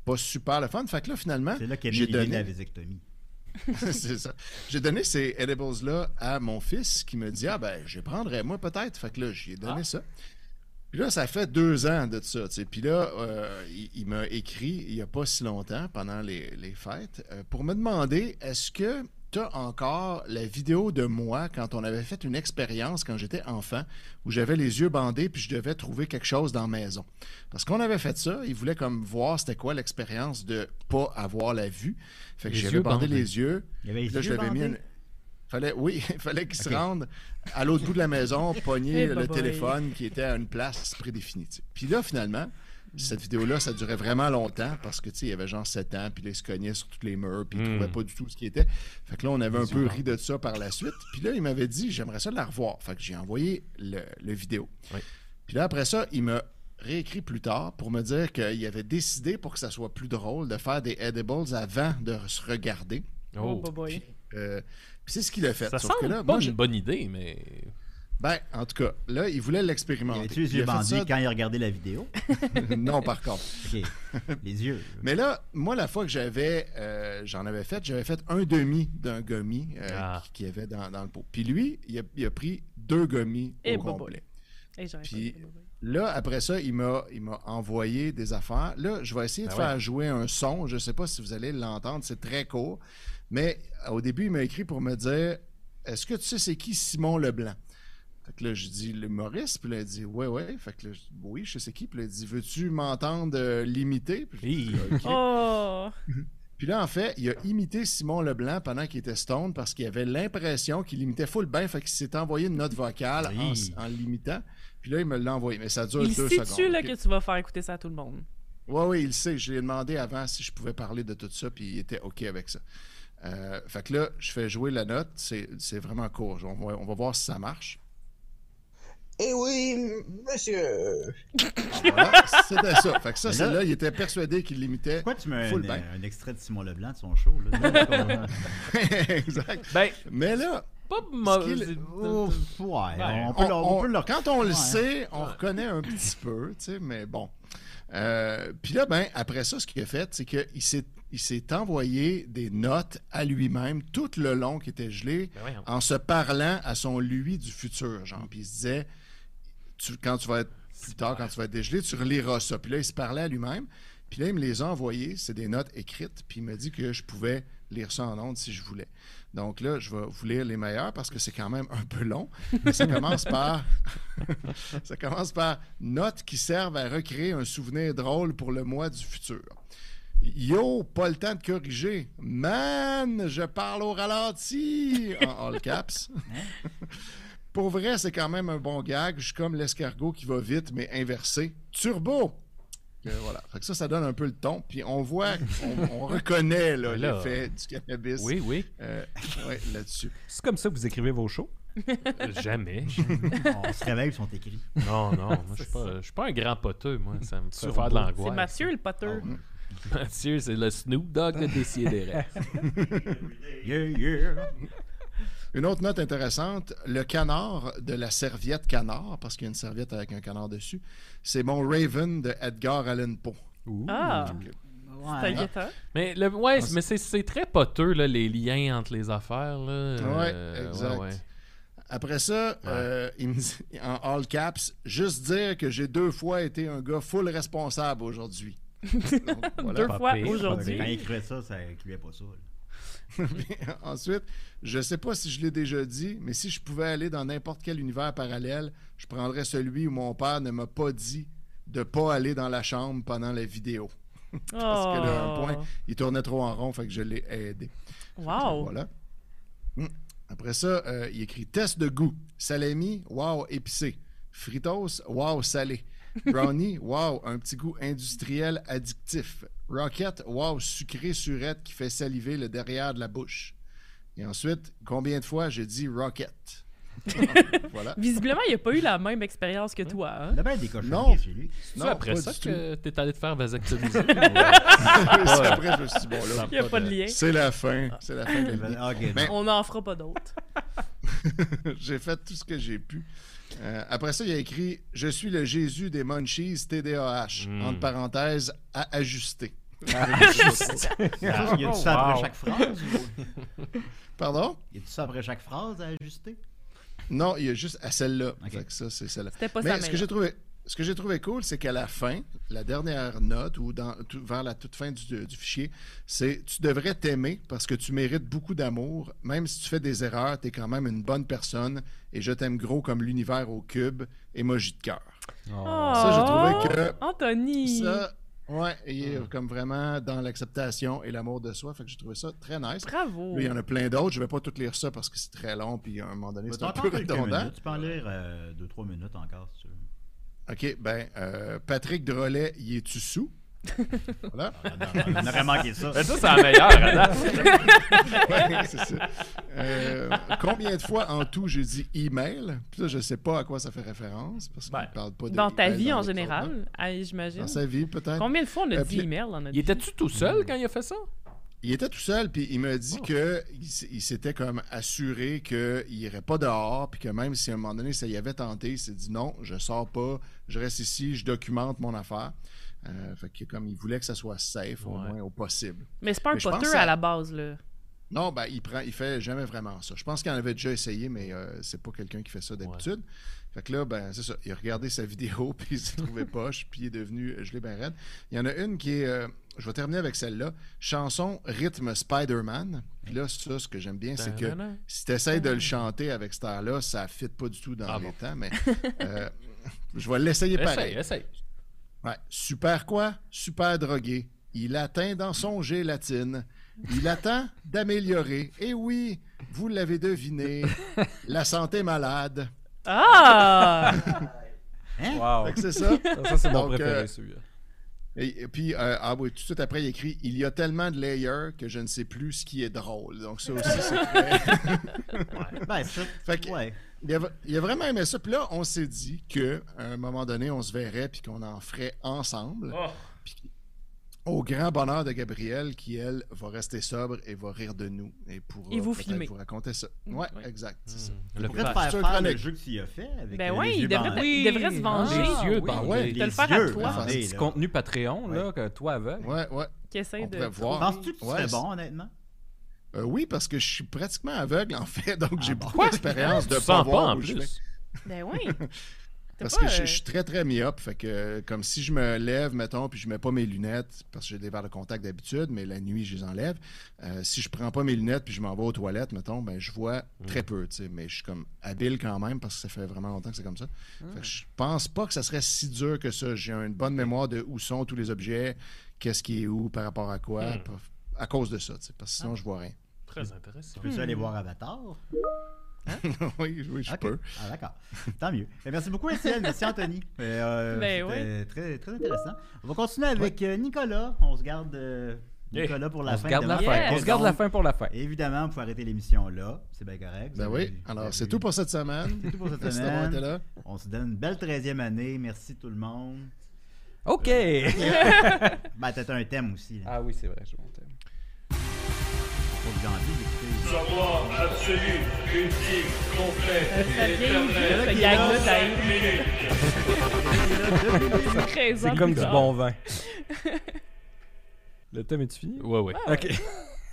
F: pas super le fun. Fait que là, finalement,
D: C'est là qu'est née
F: j'ai
D: l'idée de la
F: donné,
D: vasectomie.
F: c'est ça. J'ai donné ces edibles-là à mon fils qui me dit Ah, ben, je les prendrais moi peut-être. Fait que là, j'ai
B: Ah.
F: donné ça. Puis là, ça fait deux ans de ça. tu sais. Puis là, euh, il, il m'a écrit il n'y a pas si longtemps, pendant les, les fêtes, euh, pour me demander est-ce que tu as encore la vidéo de moi quand on avait fait une expérience quand j'étais enfant où j'avais les yeux bandés puis je devais trouver quelque chose dans la maison. Parce qu'on avait fait ça, il voulait comme voir c'était quoi l'expérience de pas avoir la vue. Fait que
B: Les
F: j'avais
B: yeux
F: bandé
B: bandés.
F: les yeux.
D: Il y avait les
F: Là, je
D: yeux
F: l'avais mis.
D: bandés.
F: une- Fallait, oui, il fallait qu'il se rende à l'autre bout de la maison, pogner
E: Eh,
F: le
E: bye-bye.
F: téléphone qui était à une place prédéfinie. tu sais. Puis là, finalement, cette vidéo-là, ça durait vraiment longtemps parce que, tu sais, il y avait genre 7 ans, puis là, il se cognait sur tous les murs, puis il
B: Mm.
F: trouvait pas du tout ce qui était. Fait que là, on avait un peu ri de ça par la suite. Puis là, il m'avait dit, j'aimerais ça la revoir. Fait que j'ai envoyé le, le vidéo.
B: Oui.
F: Puis là, après ça, il m'a réécrit plus tard pour me dire qu'il avait décidé, pour que ça soit plus drôle, de faire des edibles avant de se regarder.
E: Oh,
B: Oh.
E: boy.
F: Euh, puis c'est ce qu'il a fait.
B: Ça
F: Sauf que
B: semble
F: là,
B: pas
F: moi,
B: une
F: je-
B: bonne idée, mais...
F: Ben, en tout cas, là, il voulait
D: Il
F: l'expérimenter.
D: avait-tu les
F: Puis
D: yeux
F: Ah, il a
D: bandés
F: fait ça-
D: quand il a regardé la vidéo?
F: non, par contre.
D: OK. les yeux.
F: Mais là, moi, la fois que j'avais, euh, j'en avais fait, j'avais fait un demi d'un gommi euh,
B: Ah.
F: qui- qu'il y avait dans, dans le pot. Puis lui, il a, il a pris deux gommis
E: Eh,
F: au
B: bah,
E: bobo.
F: complet.
E: Hey, j'aurais
F: Puis-
E: pas-
F: Là, après ça, il m'a, il m'a envoyé des affaires. Là, je vais essayer de
B: Ah
F: faire jouer un son. Je ne sais pas si vous allez l'entendre, c'est très court. Mais euh, au début, il m'a écrit pour me dire Est-ce que tu sais c'est qui Simon Leblanc Fait que là, je dis l'humoriste. Puis là, il dit Ouais, ouais. Fait que là, je dis, oui, je sais c'est qui. Puis là, il dit Veux-tu m'entendre euh, l'imiter Puis je dis, OK.
E: Oh!
F: Puis là, en fait, il a imité Simon Leblanc pendant qu'il était stone parce qu'il avait l'impression qu'il imitait full bien. Fait qu'il s'est envoyé une note vocale en-
D: Oui.
F: en, l'imitant. Puis là, il me l'a envoyé. Mais ça dure
E: Il
F: deux
E: sait-tu
F: secondes.
E: là,
F: OK?
E: que tu vas faire écouter ça à tout le monde?
F: Oui, oui, il sait. Je lui ai demandé avant si je pouvais parler de tout ça, puis il était OK avec ça. Euh, fait que là, je fais jouer la note. C'est c'est vraiment court. On va, on va voir si ça marche.
I: Eh oui, monsieur.
F: Voilà, c'était ça. Fait que ça,
D: Mais là-
F: celle-là, il était persuadé qu'il l'imitait.
D: Pourquoi tu mets
F: Full
D: un,
F: back.
D: un extrait de Simon Leblanc de son show? Là?
F: exact.
B: Ben,
F: Mais là,
B: pas
F: Ce qu'il-
B: mauvais.
D: Ouf, ouais,
E: Ben,
D: on peut,
F: on-
D: le- on
F: on-
D: peut le
F: quand on le
D: Ouais.
F: sait, on reconnaît un petit peu, tu sais, mais bon. Euh, Puis là, ben, après ça, ce qu'il a fait, c'est qu'il s'est il s'est envoyé des notes à lui-même tout le long qui était gelé.
B: Ben voyons.
F: en se parlant à son lui du futur, genre. Puis il se disait, tu- quand tu vas être plus tard, quand tu vas être dégelé, tu reliras ça. Puis là, il se parlait à lui-même. Puis là, il me les a envoyés. C'est des notes écrites. Puis il m'a dit que je pouvais lire ça en ondes si je voulais. Donc là, je vais vous lire les meilleurs parce que c'est quand même un peu long. Mais ça commence par ça commence par notes qui servent à recréer un souvenir drôle pour le mois du futur. Yo, pas le temps de corriger. Man, je parle au ralenti en all caps. Pour vrai, c'est quand même un bon gag. Je suis comme l'escargot qui va vite, mais inversé. Turbo! Que voilà. Fait que ça, ça donne un peu le ton. Puis on voit, on, on reconnaît là,
B: Là.
F: l'effet du cannabis
B: Oui, oui.
F: euh, ouais, là-dessus.
H: C'est comme ça que vous écrivez vos shows.
B: Euh, Jamais.
D: On se réveille, ils sont écrits.
B: Non, non. Moi, je suis pas, je suis pas un grand poteux, moi. Ça me fait
H: Turbo.
B: faire de l'angoisse.
E: C'est Mathieu le poteur.
B: Mathieu, c'est le Snoop Dogg de Décideret.
D: Yeah, yeah.
F: Une autre note intéressante, le canard de la serviette canard, parce qu'il y a une serviette avec un canard dessus, c'est mon Raven de Edgar Allan Poe.
E: Ah! C'est
D: Ouais.
E: inquiétant.
B: mais le, ouais,
F: Ah, c'est-
B: mais c'est- c'est très poteux, là, les liens entre les affaires. Là.
F: Ouais,
B: Euh,
F: exact.
B: ouais.
F: Après ça, euh, il me dit, en all caps, juste dire que j'ai deux fois été un gars full responsable aujourd'hui. Donc, voilà.
E: Deux
B: pas
E: fois
B: pire, pas
E: aujourd'hui.
D: Quand il écrivait ça, ça incluait pas ça. là.
F: Puis, ensuite, je sais pas si je l'ai déjà dit, mais si je pouvais aller dans n'importe quel univers parallèle, je prendrais celui où mon père ne m'a pas dit de pas aller dans la chambre pendant la vidéo. Parce que là, un point, il tournait trop en rond, fait que je l'ai aidé.
E: Oh. Wow!
F: Voilà. Mm. Après ça, euh, il écrit test de goût. Salami, wow, épicé. Fritos, wow, salé. Brownie, wow, un petit goût industriel addictif. Rocket, wow, sucré surette qui fait saliver le derrière de la bouche. Et ensuite, combien de fois j'ai dit rocket? voilà.
E: Visiblement, il n'a pas eu la même expérience que toi. hein?
D: Il a bien des
F: Non.
D: cochonneries chez lui.
B: C'est
F: Non,
B: après
F: pas
B: ça
F: du
B: que t'es allé te faire vasectomiser. Ben,
F: C'est après, je me suis dit, bon, là,
E: Il n'y a pas de lien.
F: c'est la fin. C'est la fin de la vie.
D: Ok,
F: Ben,
E: On n'en fera pas d'autres.
F: j'ai fait tout ce que j'ai pu. Euh, après ça, il a écrit Je suis le Jésus des Munchies TDAH,
B: Mm.
F: entre parenthèses, à ajuster.
D: non. Il y a tout ça après chaque phrase. ou-
F: Pardon
D: Il y a tout ça après chaque phrase à ajuster.
F: Non, il y a juste à celle-là.
D: Ok.
F: Fait que Ça, c'est celle-là.
E: C'était pas
F: Mais
E: sa
F: ce que j'ai
E: meilleure.
F: trouvé. Ce que j'ai trouvé cool, c'est qu'à la fin, la dernière note ou dans, tout- vers la toute fin du, du fichier, c'est tu devrais t'aimer parce que tu mérites beaucoup d'amour. Même si tu fais des erreurs, tu es quand même une bonne personne et je t'aime gros comme l'univers au cube, émoji de cœur.
H: Ah.
F: Ça, j'ai
E: Oh.
F: trouvé que-
E: Anthony!
F: Ça, ouais, il est
D: Ah.
F: comme vraiment dans l'acceptation et l'amour de soi. Fait que j'ai trouvé ça très nice.
E: Bravo!
F: Là, il y en a plein d'autres. Je vais pas toutes lire ça parce que c'est très long. Puis à un moment donné, c'est un peu
D: T'entends quelques
F: redondant.
D: minutes, Tu peux en lire 2-3 minutes encore si tu veux.
F: OK, ben, euh, Patrick Drolet, il est-tu sous? voilà.
D: On aurait manqué ça.
B: Ben, ça, c'est la meilleure. à date.
F: Ouais, c'est ça. Euh, combien de fois en tout j'ai dit email? Puis là, je sais pas à quoi ça fait référence parce qu'il
B: Ben,
F: parle pas de
E: Dans ta
F: email
E: vie en
F: dans les autres,
E: général, ah,
F: hein.
E: j'imagine.
F: Dans sa vie, peut-être.
E: Combien de fois on a
F: Euh,
E: dit
F: puis-
E: email dans notre
B: Il
E: vie?
B: était-tu tout seul quand il a fait ça?
F: Il était tout seul, puis il me dit que il s- il s'était comme assuré qu'il irait pas dehors, puis que même si à un moment donné ça y avait tenté, il s'est dit non, je sors pas, je reste ici, je documente mon affaire. Euh, fait que comme il voulait que ça soit safe au
B: Ouais.
F: moins au possible.
E: Mais c'est pas un
F: Mais je pense
E: potter
F: que ça-
E: à la base, là.
F: Non, ben, il prend, il fait jamais vraiment ça. Je pense qu'il en avait déjà essayé, mais euh, c'est pas quelqu'un qui fait ça d'habitude. Fait que là, ben, c'est ça. Il a regardé sa vidéo, puis il se trouvait poche, puis il est devenu euh, gelé ben raide. Il y en a une qui est. euh, je vais terminer avec celle-là. Chanson rythme Spider-Man. Puis là, ça, ce que j'aime bien,
B: Ben,
F: c'est que
B: Ta-da-da.
F: si tu essaies de le chanter avec cette air-là, ça fit pas du tout dans
B: Ah
F: les
B: bon.
F: temps, mais euh, je vais l'essayer pareil.
B: Essaye, essaye.
F: Ouais. Super quoi? Super drogué. Il atteint dans son gélatine. Il attend d'améliorer. Et oui, vous l'avez deviné, la santé malade.
E: Ah!
H: Wow. Oh.
F: Fait que c'est ça.
H: Ça, c'est mon
F: Donc,
H: préféré,
F: euh,
H: celui-là.
F: Et, et puis, euh, ah oui, tout de suite après, il écrit Il y a tellement de layers que je ne sais plus ce qui est drôle. Donc, ça aussi, c'est très.
D: Ben, ça.
F: Fait que-
D: Ouais.
F: Il a, il a vraiment aimé ça. Puis là, on s'est dit qu'à un moment donné, on se verrait puis qu'on en ferait ensemble.
B: Oh.
F: Puis au grand bonheur de Gabrielle, qui, elle, va rester sobre et va rire de nous. Et pour
E: Et vous filmer.
F: vous raconter ça. Ouais, exact. c'est ça.
H: Mm.
B: Le
D: Pourrait te
B: fa-
D: faire
F: c'est un
D: faire le
F: chronique.
D: jeu que tu y as fait avec
E: Ben
D: euh,
E: ouais,
D: les
E: il
D: yeux
E: devrait,
D: bandés.
E: il devrait se venger.
H: Ah,
B: Les yeux
H: oui.
B: bandés.
E: te le faire à
D: yeux
E: toi.
H: Un
D: bandés,
H: petit
D: là.
H: contenu Patreon, là, que toi aveugle.
F: Ouais, ouais.
E: Qui essaie
F: On
E: de.
F: pourrait voir.
D: Penses-tu que tu
F: Ouais,
D: serais
F: c'est-
D: bon, honnêtement?
F: Euh, oui, parce que je suis pratiquement aveugle, en fait. Donc, j'ai
D: bon?
F: beaucoup d'expérience de
B: Tu
F: pas
B: sens pas
F: voir
B: en
F: où je vais.
B: plus.
E: Ben oui. T'as
F: Parce
E: pas,
F: que je,
E: euh,
F: je suis très très myope, fait que euh, comme si je me lève, mettons, puis je mets pas mes lunettes, parce que j'ai des verres de contact d'habitude, mais la nuit je les enlève. Euh, si je prends pas mes lunettes puis je m'en vais aux toilettes, mettons, ben je vois très peu, tu sais, mais je suis comme habile quand même parce que ça fait vraiment longtemps que c'est comme ça.
D: Mm.
F: Fait que je pense pas que ça serait si dur que ça. J'ai une bonne mémoire de où sont tous les objets, qu'est-ce qui est où par rapport à quoi, à cause de ça, tu sais, parce que
D: Ah.
F: sinon je vois rien.
B: Très intéressant.
D: Peux-tu aller voir Avatar?
F: oui, oui, Hmm. je
D: Ok.
F: peux.
D: Ah, d'accord. Tant mieux. Ben, merci beaucoup, Étienne. Merci, Anthony. Euh,
E: Ben
D: c'était très, très intéressant. On va continuer avec euh, Nicolas. On se garde euh,
B: Hey,
D: Nicolas pour la
H: On
D: fin.
H: se garde la
D: demain.
E: Yes.
H: fin. On se garde la
D: Donc,
H: fin pour la fin.
D: Évidemment, vous pouvez arrêter l'émission là. C'est bien correct. Vous
F: Ben
D: avez-
F: oui.
D: vous
F: Alors
D: avez-
F: c'est tout pour cette semaine.
D: C'est tout pour cette
F: Merci d'avoir été
D: semaine.
F: là.
D: On se donne une belle 13e année. Merci tout le monde.
H: OK!
D: Ben, t'as un thème aussi. Là.
H: Ah oui, c'est vrai, je montais.
D: Faut que j'en dise, écoutez.
A: Savoir absolu, ultime,
E: Euh, Ça
A: complet,
E: vient où, ce
D: qui
E: gag-là,
D: lance.
E: t'as eu
D: Depuis-
E: 13 ans
H: C'est comme du
E: plus tard.
H: bon vin. Le thème est-tu fini?
B: Ouais, ouais.
H: OK.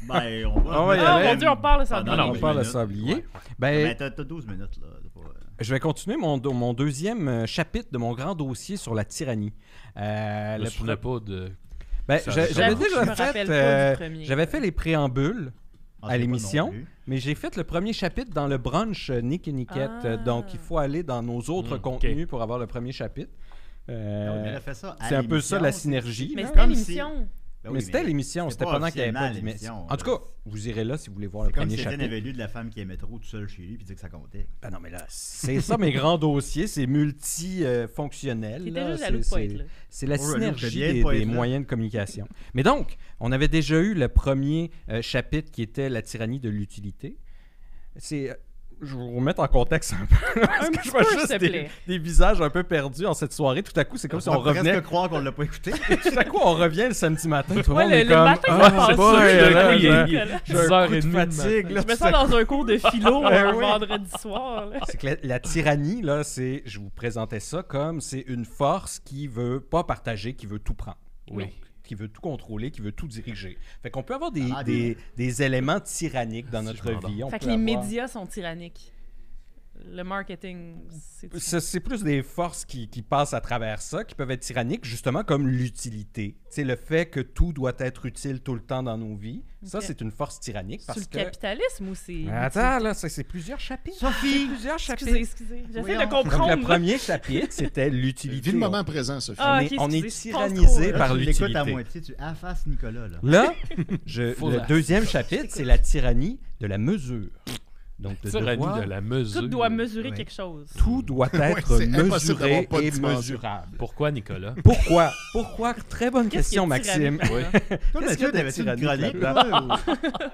D: Ben, on va.
H: Ah ouais,
E: Ah,
H: Allez.
E: mon Dieu, on parle ça.
D: Ah,
H: Non,
D: non,
H: non, on
D: mais
H: parle de
D: minutes.
H: sablier.
D: Ouais.
H: Ben,
D: Ben, t'as t'as 12 minutes, là. T'as pas- Ah,
H: je vais continuer mon, do- mon deuxième euh, chapitre de mon grand dossier sur la tyrannie. Euh,
B: Je me
H: le
B: souvenais
H: pre-
B: pas de.
H: ben,
B: ça-
H: j'a- j'avais
B: ça- J'avoue que
E: je me
H: déjà fait,
E: rappelle pas
H: euh,
E: du premier.
H: j'avais fait les préambules,
D: Ah,
H: À
D: c'est pas
H: l'émission.
D: non plus.
H: mais j'ai fait le premier chapitre dans le brunch euh, Nick et Niquette.
E: Ah.
H: Euh, Donc, il faut aller dans nos autres
B: Mm,
H: contenus pour avoir le premier chapitre.
D: Ah Hmm, oui,
H: Euh,
D: mais elle a fait ça à
H: c'est un peu ça la
D: l'émission.
H: synergie.
E: Mais
H: là.
E: c'était
D: Comme
E: l'émission.
D: Ben oui,
H: mais c'était l'émission,
D: c'est
H: c'était
D: pas
H: pendant qu'il n'y avait pas
D: officiellement
H: de- mais-
D: l'émission,
H: En tout
D: là.
H: cas, vous irez là si vous voulez voir
D: C'est
H: le
D: comme
H: premier
D: si Étienne
H: chapitre.
D: avait lu de la femme qui aimait trop tout seul chez lui puis dit que ça comptait.
H: Ben non, mais là, c'est ça mes grands dossiers, c'est multifonctionnel.
E: Qui
H: là,
E: était juste
H: c'est-
E: jaloux de pas
H: c'est-
E: être là.
H: C'est la
D: Oh, jaloux que
H: synergie
D: bien de
H: des,
D: pas
H: des
D: être là.
H: moyens de communication. Mais donc, on avait déjà eu le premier euh, chapitre qui était la tyrannie de l'utilité. C'est. euh, Je vais vous remettre en contexte un peu. là, parce
E: Un
H: que
E: petit
H: je vois
E: peu, s'il
H: juste
E: te
H: des,
E: plaît.
H: des visages un peu perdus en cette soirée. Tout à coup, c'est comme si on
D: pourrait
H: revenait.
D: presque croire qu'on l'a pas écouté.
H: Tout à coup, on revient le samedi matin. Tout le
E: Ouais,
H: monde
E: le-
H: est
E: le
H: comme.
E: matin,
H: Ah,
E: ça passe
H: c'est
E: vite,
H: bon,
E: le
H: là,
B: coup,
H: là,
B: il est-
H: là.
E: il est
H: J'ai un coup
B: 10h30
H: de
B: le matin.
H: fatigue. là,
E: Je me
H: tout à
E: sens dans un cours de philo un
H: Ouais.
E: vendredi soir. là.
H: C'est que la, la tyrannie, là, c'est, je vous présentais ça comme, c'est une force qui veut pas partager, qui veut tout prendre.
B: Oui.
H: Donc, qui veut tout contrôler, qui veut tout diriger. Fait qu'on peut avoir des,
D: Ah,
H: des, des éléments tyranniques dans
B: Ah, Si,
H: notre
B: je m'endors.
H: vie. On
E: Fait que
H: peut
E: les
H: avoir-
E: médias sont tyranniques. Le marketing, c'est
H: Ça, C'est plus des forces qui, qui passent à travers ça, qui peuvent être tyranniques, justement comme l'utilité. C'est le fait que tout doit être utile tout le temps dans nos vies. Ça,
E: Ok.
H: c'est une force tyrannique
E: Sur
H: parce
E: le
H: que.
E: capitalisme ou c'est.
H: Attends, là, ça, c'est plusieurs chapitres.
D: Sophie!
H: Plusieurs chapitres.
E: Excusez, excusez. J'essaie de
D: Voyons.
H: Donc, le
E: comprendre.
H: premier chapitre, c'était l'utilité.
F: Vis le moment présent, Sophie.
E: Ah,
H: on
E: ok,
H: est, on est
E: excusez, je pense
H: tyrannisé
E: trop,
H: par
D: tu l'écoutes à
H: l'utilité.
D: moitié, tu affaces Nicolas, là.
H: Là, je-
B: Faut
H: le
B: la-
H: deuxième chapitre, c'est la tyrannie de la mesure. Donc, de
B: Tyrannie
H: devoir-
B: de la mesure.
E: Tout doit mesurer
H: Ouais.
E: quelque chose.
H: tout doit être
F: c'est impossible d'avoir
H: mesuré
F: pas de
H: et
F: dimension.
H: mesurable.
B: Pourquoi, Nicolas
H: Pourquoi? Pourquoi? Très bonne
E: Qu'est-ce qui
H: question,
E: est tyrannique
H: Maxime.
E: là-dedans?
D: Toi,
H: Qu'est-ce
D: Mathieu,
H: qu'il y a de
D: t'avais-tu une
H: tyrannique
D: chronique, là?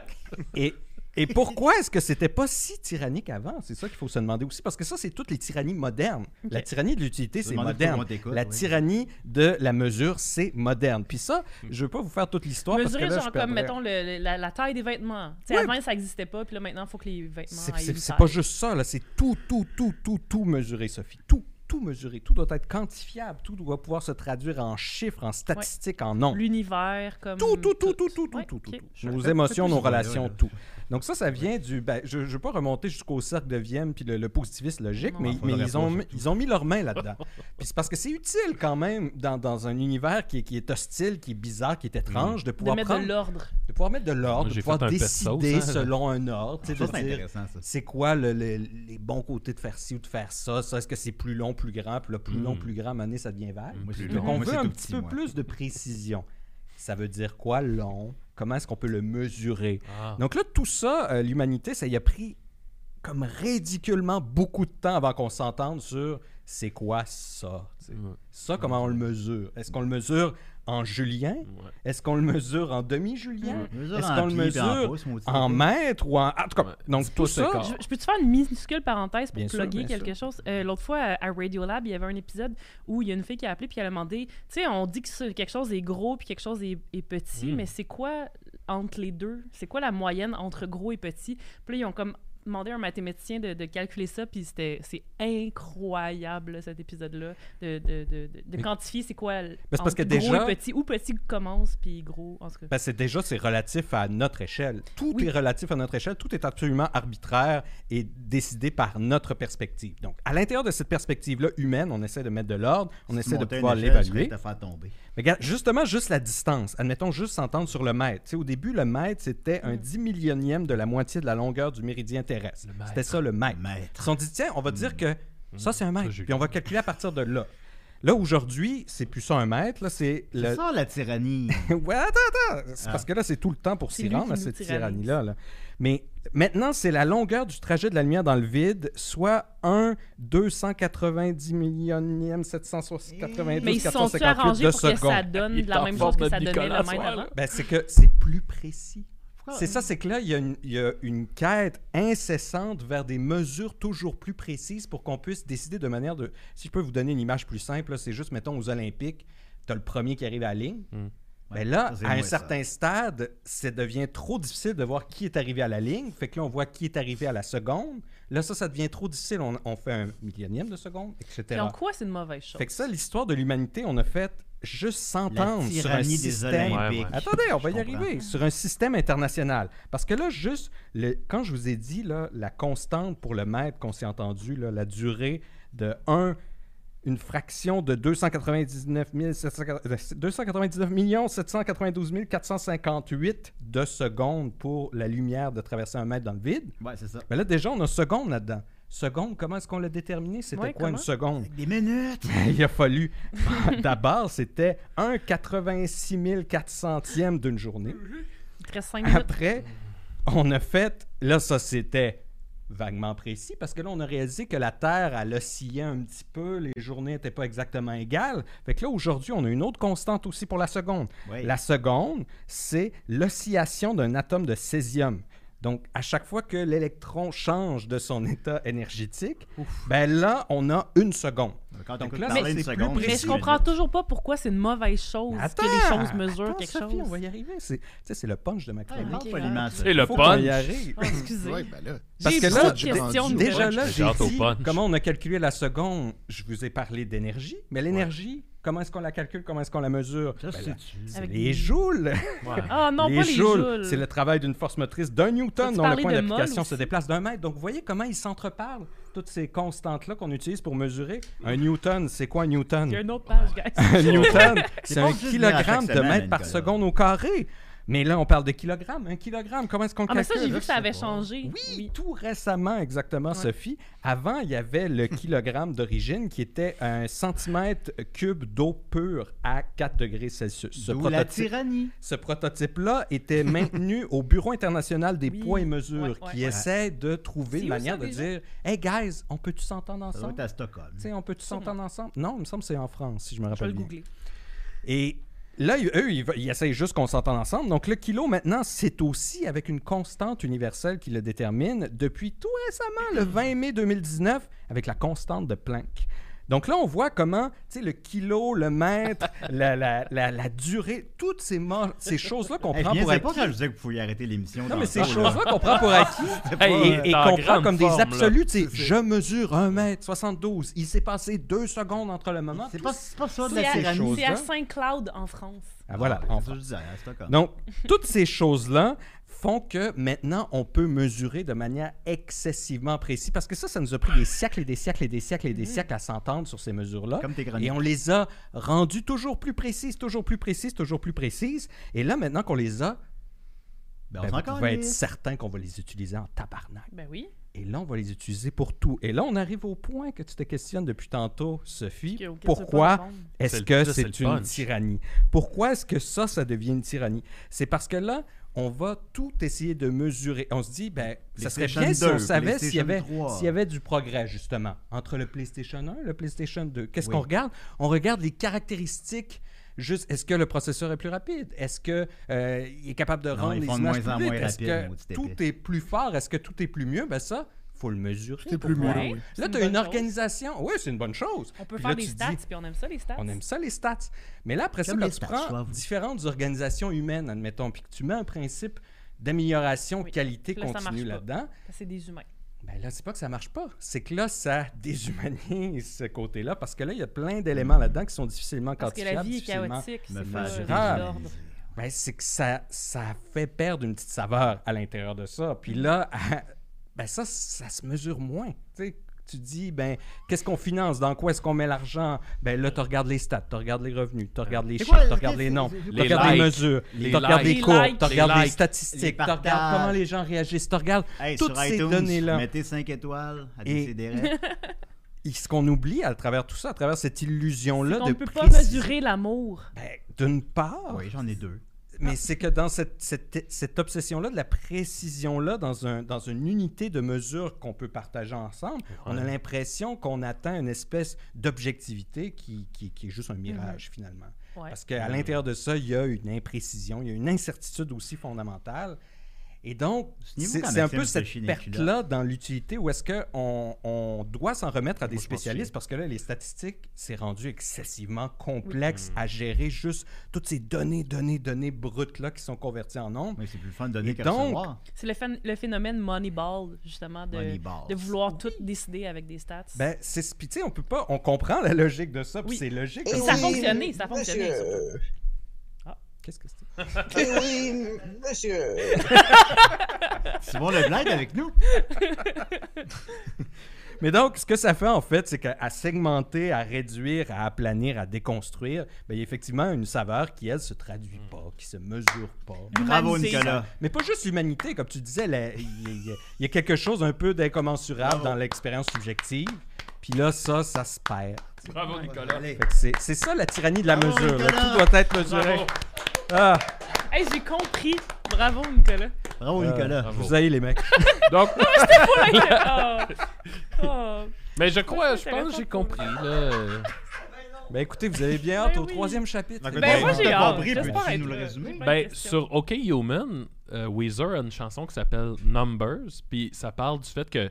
H: Et Et pourquoi est-ce que c'était pas si tyrannique avant? C'est ça qu'il faut se demander aussi, parce que ça, c'est toutes les tyrannies modernes. La tyrannie de l'utilité, c'est
D: demander
H: moderne.
D: pourquoi on t'écoute,
H: La
D: oui.
H: tyrannie de la mesure, c'est moderne. Puis ça, je veux pas vous faire toute l'histoire parce que
E: Mesurer,
H: là,
E: genre,
H: je perdrais.
E: comme, mettons, le- le- la, la taille des vêtements. Tu sais,
H: Ouais.
E: avant, ça n'existait pas, puis là, maintenant, il faut que les vêtements
H: C'est-
E: aient
H: C'est
E: une
H: c'est
E: taille.
H: pas juste ça, là. C'est tout, tout, tout, tout, tout mesuré, Sophie. Tout, tout mesuré. Tout doit être quantifiable. Tout doit pouvoir se traduire en chiffres, en statistiques, en nombres.
E: L'univers, comme.
H: Tout, tout, tout, tout, tout, tout,
E: Ouais,
H: tout, tout,
E: ok.
H: tout.
D: Je
H: Nos
D: fais-
H: émotions,
D: fais
H: nos
D: plus ce
H: relations,
D: volet-là,
H: tout. Donc ça, ça vient du... ben, je ne veux pas remonter jusqu'au cercle de Vienne puis le, le positivisme logique,
E: Non.
H: mais,
D: Ah,
H: mais
D: faudrait
H: ils, ont,
D: pas,
H: mis- ils ont mis leurs mains là-dedans. puis c'est parce que c'est utile quand même dans, dans un univers qui est, qui est hostile, qui est bizarre, qui est étrange, de
E: Mm. De
H: pouvoir
E: mettre
H: prendre-
E: de l'ordre.
H: de pouvoir mettre de l'ordre,
B: Moi,
H: de
B: j'ai
H: pouvoir
B: fait un pet
H: décider
B: sauce, hein.
H: selon un ordre, tu sais,
D: Ça,
H: de
D: c'est
H: dire
D: intéressant, ça.
H: c'est quoi le- le- les bons côtés de faire ci ou de faire ça, ça est-ce que c'est plus long, plus grand, puis là, plus long,
B: Mm.
H: plus grand, à un moment donné, ça devient vague.
D: Moi, c'est
B: Plus
D: tout-
H: Donc,
D: Mm. moi,
H: on
D: c'est
H: veut un
D: tout
H: petit peu
D: moi.
H: plus de précision. Ça veut dire quoi long? Comment est-ce qu'on peut le mesurer?
B: Ah.
H: Donc là, tout ça, euh, l'humanité, ça y a pris comme ridiculement beaucoup de temps avant qu'on s'entende sur c'est quoi ça? tu sais.
B: Ouais.
H: Ça, comment on le mesure? Est-ce qu'on le mesure en julien? Est-ce qu'on le mesure en demi-julien?
D: Mesure
H: Est-ce
D: en
H: qu'on le
D: pieds puis en
H: mesure
D: pouces, maudit.
H: En mètre ou en... ah, en tout cas,
B: Ouais.
H: donc tout
B: Pouce et
H: ça...
B: quart.
E: Je, je peux-tu faire une minuscule parenthèse pour
H: Bien sûr,
E: plugger
H: bien
E: quelque chose? Euh, L'autre fois, à, à Radiolab, il y avait un épisode où il y a une fille qui a appelé puis elle a demandé, tu sais, on dit que ce- quelque chose est gros puis quelque chose est, est petit,
H: Hmm.
B: Mm.
E: mais c'est quoi entre les deux? C'est quoi la moyenne entre gros et petit? Puis là, ils ont comme demandé à un mathématicien de, de calculer ça, puis c'était c'est incroyable là, cet épisode-là de, de, de, de, de quantifier c'est quoi l-
H: c'est parce
E: entre
H: que
E: gros
H: déjà-
E: et petit, où petit commence puis gros en tout cas.
H: Ben, c'est déjà, c'est relatif à notre échelle. Tout
E: Oui.
H: est relatif à notre échelle. Tout est absolument arbitraire et décidé par notre perspective. Donc, à l'intérieur de cette perspective-là humaine, on essaie de mettre de l'ordre, on
D: Si tu
H: essaie de
D: montais une
H: pouvoir
D: échelle, tu
H: l'évaluer.
D: serais te faire tomber.
H: Mais regarde, justement, juste la distance. Admettons juste s'entendre sur le mètre. Tu sais, au début, le mètre, c'était un
E: Mm.
H: dix millionième de la moitié de la longueur du méridien terrestre.
B: Le mètre.
H: C'était ça, le mètre.
D: Maître.
H: Si on dit, tiens, on va dire que ça, c'est un mètre.
B: Ça, j'ai
H: Puis on va calculer à partir de là. Là, aujourd'hui, c'est plus ça un mètre. Là, c'est
D: C'est
H: le,
D: ça la tyrannie.
H: ouais, attends, attends. C'est parce que là, c'est tout le temps pour
E: C'est
H: s'y
E: lui
H: rendre
E: qui
H: à
E: nous
H: cette
E: tyrannise.
H: tyrannie-là. là. Mais maintenant, c'est la longueur du trajet de la lumière dans le vide, soit 1 290 millionième 792
E: Mais ils se sont-ils
H: 458
E: arrangés
H: de
E: pour que ça
H: seconde.
E: donne
B: Il est
E: la
B: en
E: même
B: forme
E: chose que
B: de
E: ça donnait le
B: Nicolas
E: mètre
B: Soir,
E: avant?
B: là.
H: Ben, c'est que c'est plus précis.
D: Pourquoi-
H: C'est ça, c'est que là, il y, a une, il y a une quête incessante vers des mesures toujours plus précises pour qu'on puisse décider de manière de... Si je peux vous donner une image plus simple, là, c'est juste, mettons, aux Olympiques, tu as le premier qui arrive à la ligne.
B: Mm.
H: Mais là,
D: Ça, c'est
H: à un
D: moins ça.
H: certain stade, ça devient trop difficile de voir qui est arrivé à la ligne. Fait que là, on voit qui est arrivé à la seconde. Là, ça, ça devient trop difficile. On, on fait un millionième de seconde,
E: Puis
H: etc.
E: en quoi c'est une mauvaise chose?
H: Fait que ça, l'histoire de l'humanité, on a fait juste
D: La
H: s'entendre sur un
D: tyrannie des
H: système.
D: Olympiques.
B: Ouais,
H: Attendez, on va
D: Je
H: y
D: comprends.
H: arriver. Sur un système international. Parce que là, juste, le- quand je vous ai dit, là, la constante pour le mètre qu'on s'est entendu, là, la durée de 1, une fraction de 299, 790 299 millions 792 458 de secondes pour la lumière de traverser un mètre dans le vide.
D: Ouais, c'est ça.
H: Mais là, déjà, on a seconde là-dedans. Seconde, comment est-ce qu'on l'a déterminé? C'était
E: Ouais,
H: quoi
E: comment?
H: une seconde?
D: Des minutes.
H: Il a fallu. D'abord, c'était 1,86 400e d'une journée.
E: Il te reste cinq minutes.
H: Après, on a fait. Là, ça, c'était vaguement précis parce que là, on a réalisé que la Terre, elle oscillait un petit peu. Les journées n'étaient pas exactement égales. Fait que là, aujourd'hui, on a une autre constante aussi pour la seconde.
D: Ouais.
H: La seconde, c'est l'oscillation d'un atome de césium. Donc, à chaque fois que l'électron change de son état énergétique, ben là, on a une seconde.
D: Quand
H: Donc
D: t'écoutes
H: là,
D: parler
H: c'est
D: une
H: plus
D: seconde,
H: précis.
E: Mais je comprends
D: minutes.
E: toujours pas pourquoi c'est une mauvaise chose que les choses mesurent
H: attends,
E: quelque
H: Sophie,
E: chose. Ah,
H: on va y arriver. C'est, tu sais, c'est le punch de ma
D: Hey,
H: chronique.
D: parle
E: Ok,
D: poliment,
E: ouais.
D: ça.
B: C'est le
H: Faut qu'on
B: punch.
H: y arrive.
E: Ah, excusez.
F: Ouais, ben là.
H: Parce
E: J'ai
H: que
E: beaucoup
H: là,
E: de
H: j'ai-
E: questions
F: j'ai-
E: nouvelles.
H: Déjà là,
B: J'ai
H: j'ai
B: hâte au
H: dit
B: punch.
H: comment on a calculé la seconde. Je vous ai parlé d'énergie, mais l'énergie, comment est-ce qu'on la calcule, comment est-ce qu'on la mesure
D: Ça,
H: Ben là,
D: c'est-tu?
H: c'est
E: Avec
H: les
E: des-
H: joules.
E: Ah non, pas les joules.
H: c'est le travail d'une force motrice d'un newton
E: Peux-tu
H: dont le
E: parler
H: point
E: de
H: d'application
E: mol
H: se
E: aussi?
H: déplace d'un mètre. Donc, vous voyez comment ils s'entreparlent, toutes ces constantes-là qu'on utilise pour mesurer. Un newton, c'est quoi un newton
E: Il y a une autre page, guys.
H: un newton,
D: C'est
H: c'est
D: pas
H: un
D: juste venir à chaque
H: kilogramme de
D: semaine,
H: mètre par
D: Nicolas.
H: seconde au carré. Mais là, on parle de kilogramme. Un kilogramme, comment est-ce qu'on
E: Ah, mais ça,
H: calcule?
E: j'ai vu que ça
D: je
E: avait
D: sais pas.
E: changé.
H: Oui, tout récemment, exactement,
E: Ouais.
H: Sophie. Avant, il y avait le kilogramme d'origine qui était un centimètre cube d'eau pure à 4 degrés Celsius. Ce
D: D'où la
H: prototype-
D: tyrannie.
H: ce prototype-là était maintenu au Bureau international des
E: Oui.
H: poids et mesures
E: Ouais, ouais,
H: qui
E: ouais.
H: essaie de trouver
E: C'est
H: une
E: où
H: manière
E: ça,
H: de
E: déjà?
H: dire Hey guys, on peut-tu s'entendre
D: Ça doit
H: ensemble
D: être à Stockholm.
H: Tu sais, On peut-tu
E: Sûrement.
H: s'entendre ensemble Non, il me semble que c'est en France, si je me
E: Je vais
H: rappelle
E: le
H: bien.
E: googler.
H: Et Là, ils- eux, ils, ve- ils essayent juste qu'on s'entende ensemble. Donc, le kilo, maintenant, c'est aussi avec une constante universelle qui le détermine depuis tout récemment, le 20 mai 2019, avec la constante de Planck. Donc là, on voit comment, tu sais, le kilo, le mètre, la, la- la- la durée, toutes ces, mo- ces choses-là qu'on
D: Hey, Eh, je
H: prend pour
D: niaisais pas
H: acquis.
D: quand je disais que vous pouviez arrêter l'émission.
H: Non, mais ces
D: c'est
H: choses-là qu'on prend pour acquis
B: Hey,
H: et, et
B: t'es en
H: qu'on prend
B: grande
H: comme
B: forme,
H: des
B: là.
H: absolus, tu sais, je mesure 1 mètre 72, il s'est passé 2 secondes entre le moment.
D: C'est pas, c'est pas ça de
E: C'est
D: la
E: à,
D: tyrannie.
E: c'est à
H: choses-là.
E: Saint-Cloud en France.
H: Ah, voilà,
D: C'est ça
H: enfin.
D: que je disais, hein, c'est pas comme.
H: Donc, toutes ces choses-là font que maintenant, on peut mesurer de manière excessivement précise, parce que ça, ça nous a pris des siècles et des siècles et des siècles et des siècles à s'entendre sur ces mesures-là.
D: Mm. Comme tes chroniques.
H: Et on les a rendues toujours plus précises, toujours plus précises, toujours plus précises. Et là, maintenant qu'on les a,
D: Ben, on
H: ben,
D: s'en
H: vous pouvez être
D: calisse.
H: certain qu'on va les utiliser en tabarnak.
E: Ben oui.
H: Et là, on va les utiliser pour tout. Et là, on arrive au point que tu te questionnes depuis tantôt, Sophie.
E: que- auquel tu veux pas
H: Pourquoi
E: répondre.
B: C'est
H: est-ce
B: le-
H: que
B: ça, c'est
H: c'est
B: le
H: une
B: punch.
H: tyrannie? Pourquoi est-ce que ça, ça devient une tyrannie? C'est parce que là, on va tout essayer de mesurer. On se dit, ben, ça serait
D: PlayStation
H: bien si
D: 2,
H: on savait s'il y,
D: PlayStation
H: avait,
D: 3.
H: s'il y avait du progrès, justement, entre le PlayStation 1 et le PlayStation 2. Qu'est-ce
D: Oui.
H: qu'on regarde? On regarde les caractéristiques. Juste, est-ce que le processeur est plus rapide? Est-ce que euh, il est capable de
D: Non,
H: rendre
D: ils
H: les
D: font de
H: images
D: moins en
H: plus vite?
D: moins
H: Est-ce
D: rapide,
H: que
D: maudit épais.
H: tout est plus fort? Est-ce que tout est plus mieux? Ben ça, faut le mesurer.
F: C'est
H: pour
F: plus
H: voir.
F: mieux.
E: Ouais, c'est
H: Là, tu as
E: bonne
H: une
E: chose.
H: organisation. Oui, c'est une bonne chose.
E: On peut
H: Puis
E: faire
H: là,
E: des
H: tu te
E: stats,
H: dis,
E: puis on aime ça, les stats.
H: on aime ça, les stats. Mais là, après ça,
D: J'aime
H: quand
D: les
H: tu
D: stats, je dois
H: prends
D: avouer.
H: différentes organisations humaines, admettons, puis que tu mets un principe d'amélioration
E: Oui.
H: qualité
E: Là, ça
H: continue
E: marche pas.
H: là-dedans,
E: C'est des humains.
H: ben là, c'est pas que ça marche pas. C'est que là, ça déshumanise ce côté-là, parce que là, il y a plein d'éléments là-dedans qui sont difficilement
E: Parce que la
H: quantifiables,
E: vie est
H: difficilement-
E: chaotique,
D: Me
E: c'est
D: faire
E: pas c'est
H: grave.
E: l'ordre.
H: Ben, c'est que ça, ça fait perdre une petite saveur à l'intérieur de ça. Puis là, ben ça, ça se mesure moins. Tu sais, tu dis, ben, qu'est-ce qu'on finance? Dans quoi est-ce qu'on met l'argent? Ben là, tu regardes les stats, tu regardes les revenus, tu regardes les
D: C'est
H: chiffres,
D: quoi,
H: tu regardes
D: c'est-
H: les noms,
D: c'est- c'est-
H: tu
B: les
H: regardes les
B: likes,
H: mesures,
B: les
H: tu regardes
B: likes,
H: les courbes,
E: likes,
H: tu regardes
B: les
H: les
B: likes,
D: les
H: statistiques, tu
D: partages.
H: regardes comment les gens réagissent, tu regardes
D: Hey,
H: toutes
D: sur
H: ces
D: iTunes,
H: données-là.
D: Mettez 5 étoiles à
H: Et-
D: décider.
H: Et ce qu'on oublie à travers tout ça, à travers cette illusion-là
E: On
H: de
E: ne peut pas
H: précision.
E: mesurer l'amour.
H: Ben, d'une part,
D: Oui, j'en ai deux.
H: Mais c'est que dans cette, cette, cette obsession-là, de la précision-là, dans, un, dans une unité de mesure qu'on peut partager ensemble, on a l'impression qu'on atteint une espèce d'objectivité qui, qui, qui est juste un mirage, finalement.
E: Ouais.
H: Parce qu'à l'intérieur de ça, il y a une imprécision, il y a une incertitude aussi fondamentale. Et donc,
D: Signez-vous
H: c'est
D: quand
H: c'est un
D: Maxime
H: peu
D: se
H: cette
D: chine les
H: perte-là dans l'utilité où est-ce qu'on on doit s'en remettre à des
D: Moi, je pense
H: spécialistes parce que là, les statistiques, c'est rendu excessivement complexe
D: Mm.
H: à gérer juste toutes ces données, données, données brutes-là qui sont converties en nombres.
D: Mais c'est plus le fun de donner
H: Et
D: qu'à
H: donc-
D: recevoir.
E: C'est le, phen- le phénomène Moneyball, justement, de,
D: Moneyball.
E: de vouloir tout décider avec des stats.
H: Ben, c'est... Puis tu sais, on peut pas... On comprend la logique de ça, puis
E: Oui.
H: c'est logique.
E: Et
H: comme-
E: ça a fonctionné, ça Ah, a fonctionné,
I: Monsieur.
H: Qu'est-ce que c'est?
I: Eh oui, monsieur.
D: C'est bon le blind avec nous.
H: Mais donc, ce que ça fait en fait, c'est qu'à segmenter, à réduire, à aplanir, à déconstruire, ben, il y a effectivement une saveur qui, elle, se traduit
D: Mm.
H: pas, qui se mesure pas.
D: Bravo,
E: Humanisé.
D: Nicolas.
H: Mais pas juste l'humanité, comme tu disais, la- il y a- il y a- il y a quelque chose un peu d'incommensurable dans l'expérience subjective. Puis là, ça, ça se perd.
B: Bravo, Nicolas.
D: Allez.
H: Fait que c'est- C'est ça la tyrannie de la
D: Bravo,
H: mesure. là.
D: Nicolas.
H: Tout doit être mesuré.
B: Bravo.
H: Ah,
E: Hey, j'ai compris. Bravo, Nicolas.
D: Bravo,
H: Euh,
D: Nicolas.
B: bravo.
H: vous avez les mecs.
B: Donc,
E: Oh. Oh.
B: mais je crois, je
E: Ça
B: pense que j'ai
E: répond
B: compris. Là.
H: Ben écoutez, vous avez bien hâte
E: Ben
H: au
E: oui.
H: troisième chapitre.
D: Ben,
E: Ben,
D: Ouais,
E: moi,
D: on
E: j'ai
D: t'a
E: hâte.
D: compris,
E: J'espère
D: peux-tu
E: être
D: nous le
E: là.
D: résumer?
E: J'ai plein de
B: Ben,
E: questions.
B: sur OK Human, euh, Weezer a une chanson qui s'appelle Numbers, puis ça parle du fait que euh,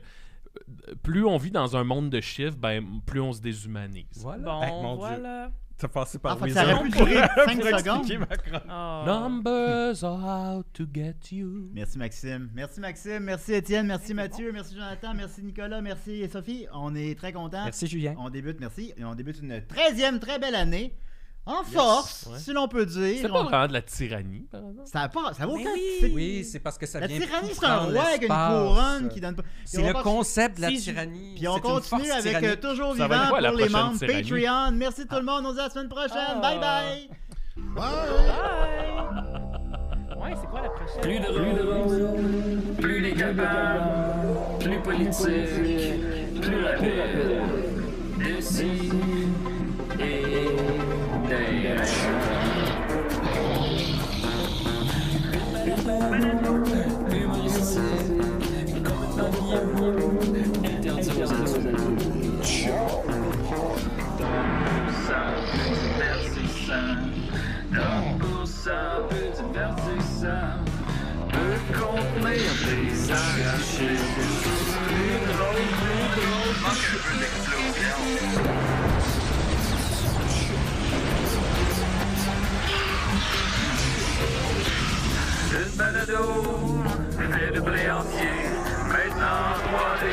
B: plus on vit dans un monde de chiffres, ben plus on se déshumanise.
H: Voilà.
E: Bon,
H: Hey, mon Dieu.
E: voilà.
H: T'as passé
D: Ah,
H: par
D: fait que ça
H: Wizard.
D: aurait pu durer 5
H: pour expliquer
D: secondes.
H: ma chronique.
E: Oh.
B: Numbers are out to get you.
D: Merci Maxime, merci Maxime, merci Étienne, merci Mathieu, merci Jonathan, merci Nicolas, merci Sophie. On est très contents.
H: Merci Julien.
D: On débute, merci. Et on débute une 13e très belle année. En force,
B: Ouais.
D: si l'on peut dire.
B: C'est
D: On-
B: pas vraiment de la tyrannie, par exemple.
D: Ça a pas, ça vaut
E: Mais
D: aucun
E: oui.
D: c'est-
H: Oui, c'est parce que ça
D: La
H: vient
D: tyrannie,
H: tout
D: c'est un
H: prendre
D: roi avec une
H: l'espace.
D: couronne qui donne pas.
H: C'est
D: Et on
H: le
D: va-
H: concept de la
E: Si je-
H: tyrannie.
D: Puis on
H: C'est une
D: continue
H: force
D: avec euh,
H: tyrannique.
D: toujours
B: Ça va
D: vivant
B: être quoi, la
D: pour les
B: prochaine
D: membres
B: tyrannie?
D: Patreon. Merci tout le monde, on se dit à la semaine
H: Ah.
D: prochaine. Bye bye.
E: Ouais, c'est quoi la prochaine?
A: Plus de rose, plus les cabanes, plus politique, plus rapide. De ci et d'ailleurs. Humoristique, complètement vieux, interdit aux adultes. Ciao. Dans le sens, dispersé sans Dans pour ça, peut te faire du sang, peut contenir des arachides. Plus drôle, plus drôle, manque un peu d'explosion. Une balado, fait de blé entier, maintenant 3D,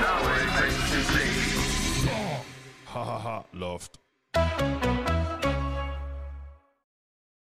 A: dans le même
F: Ha ha ha, loft.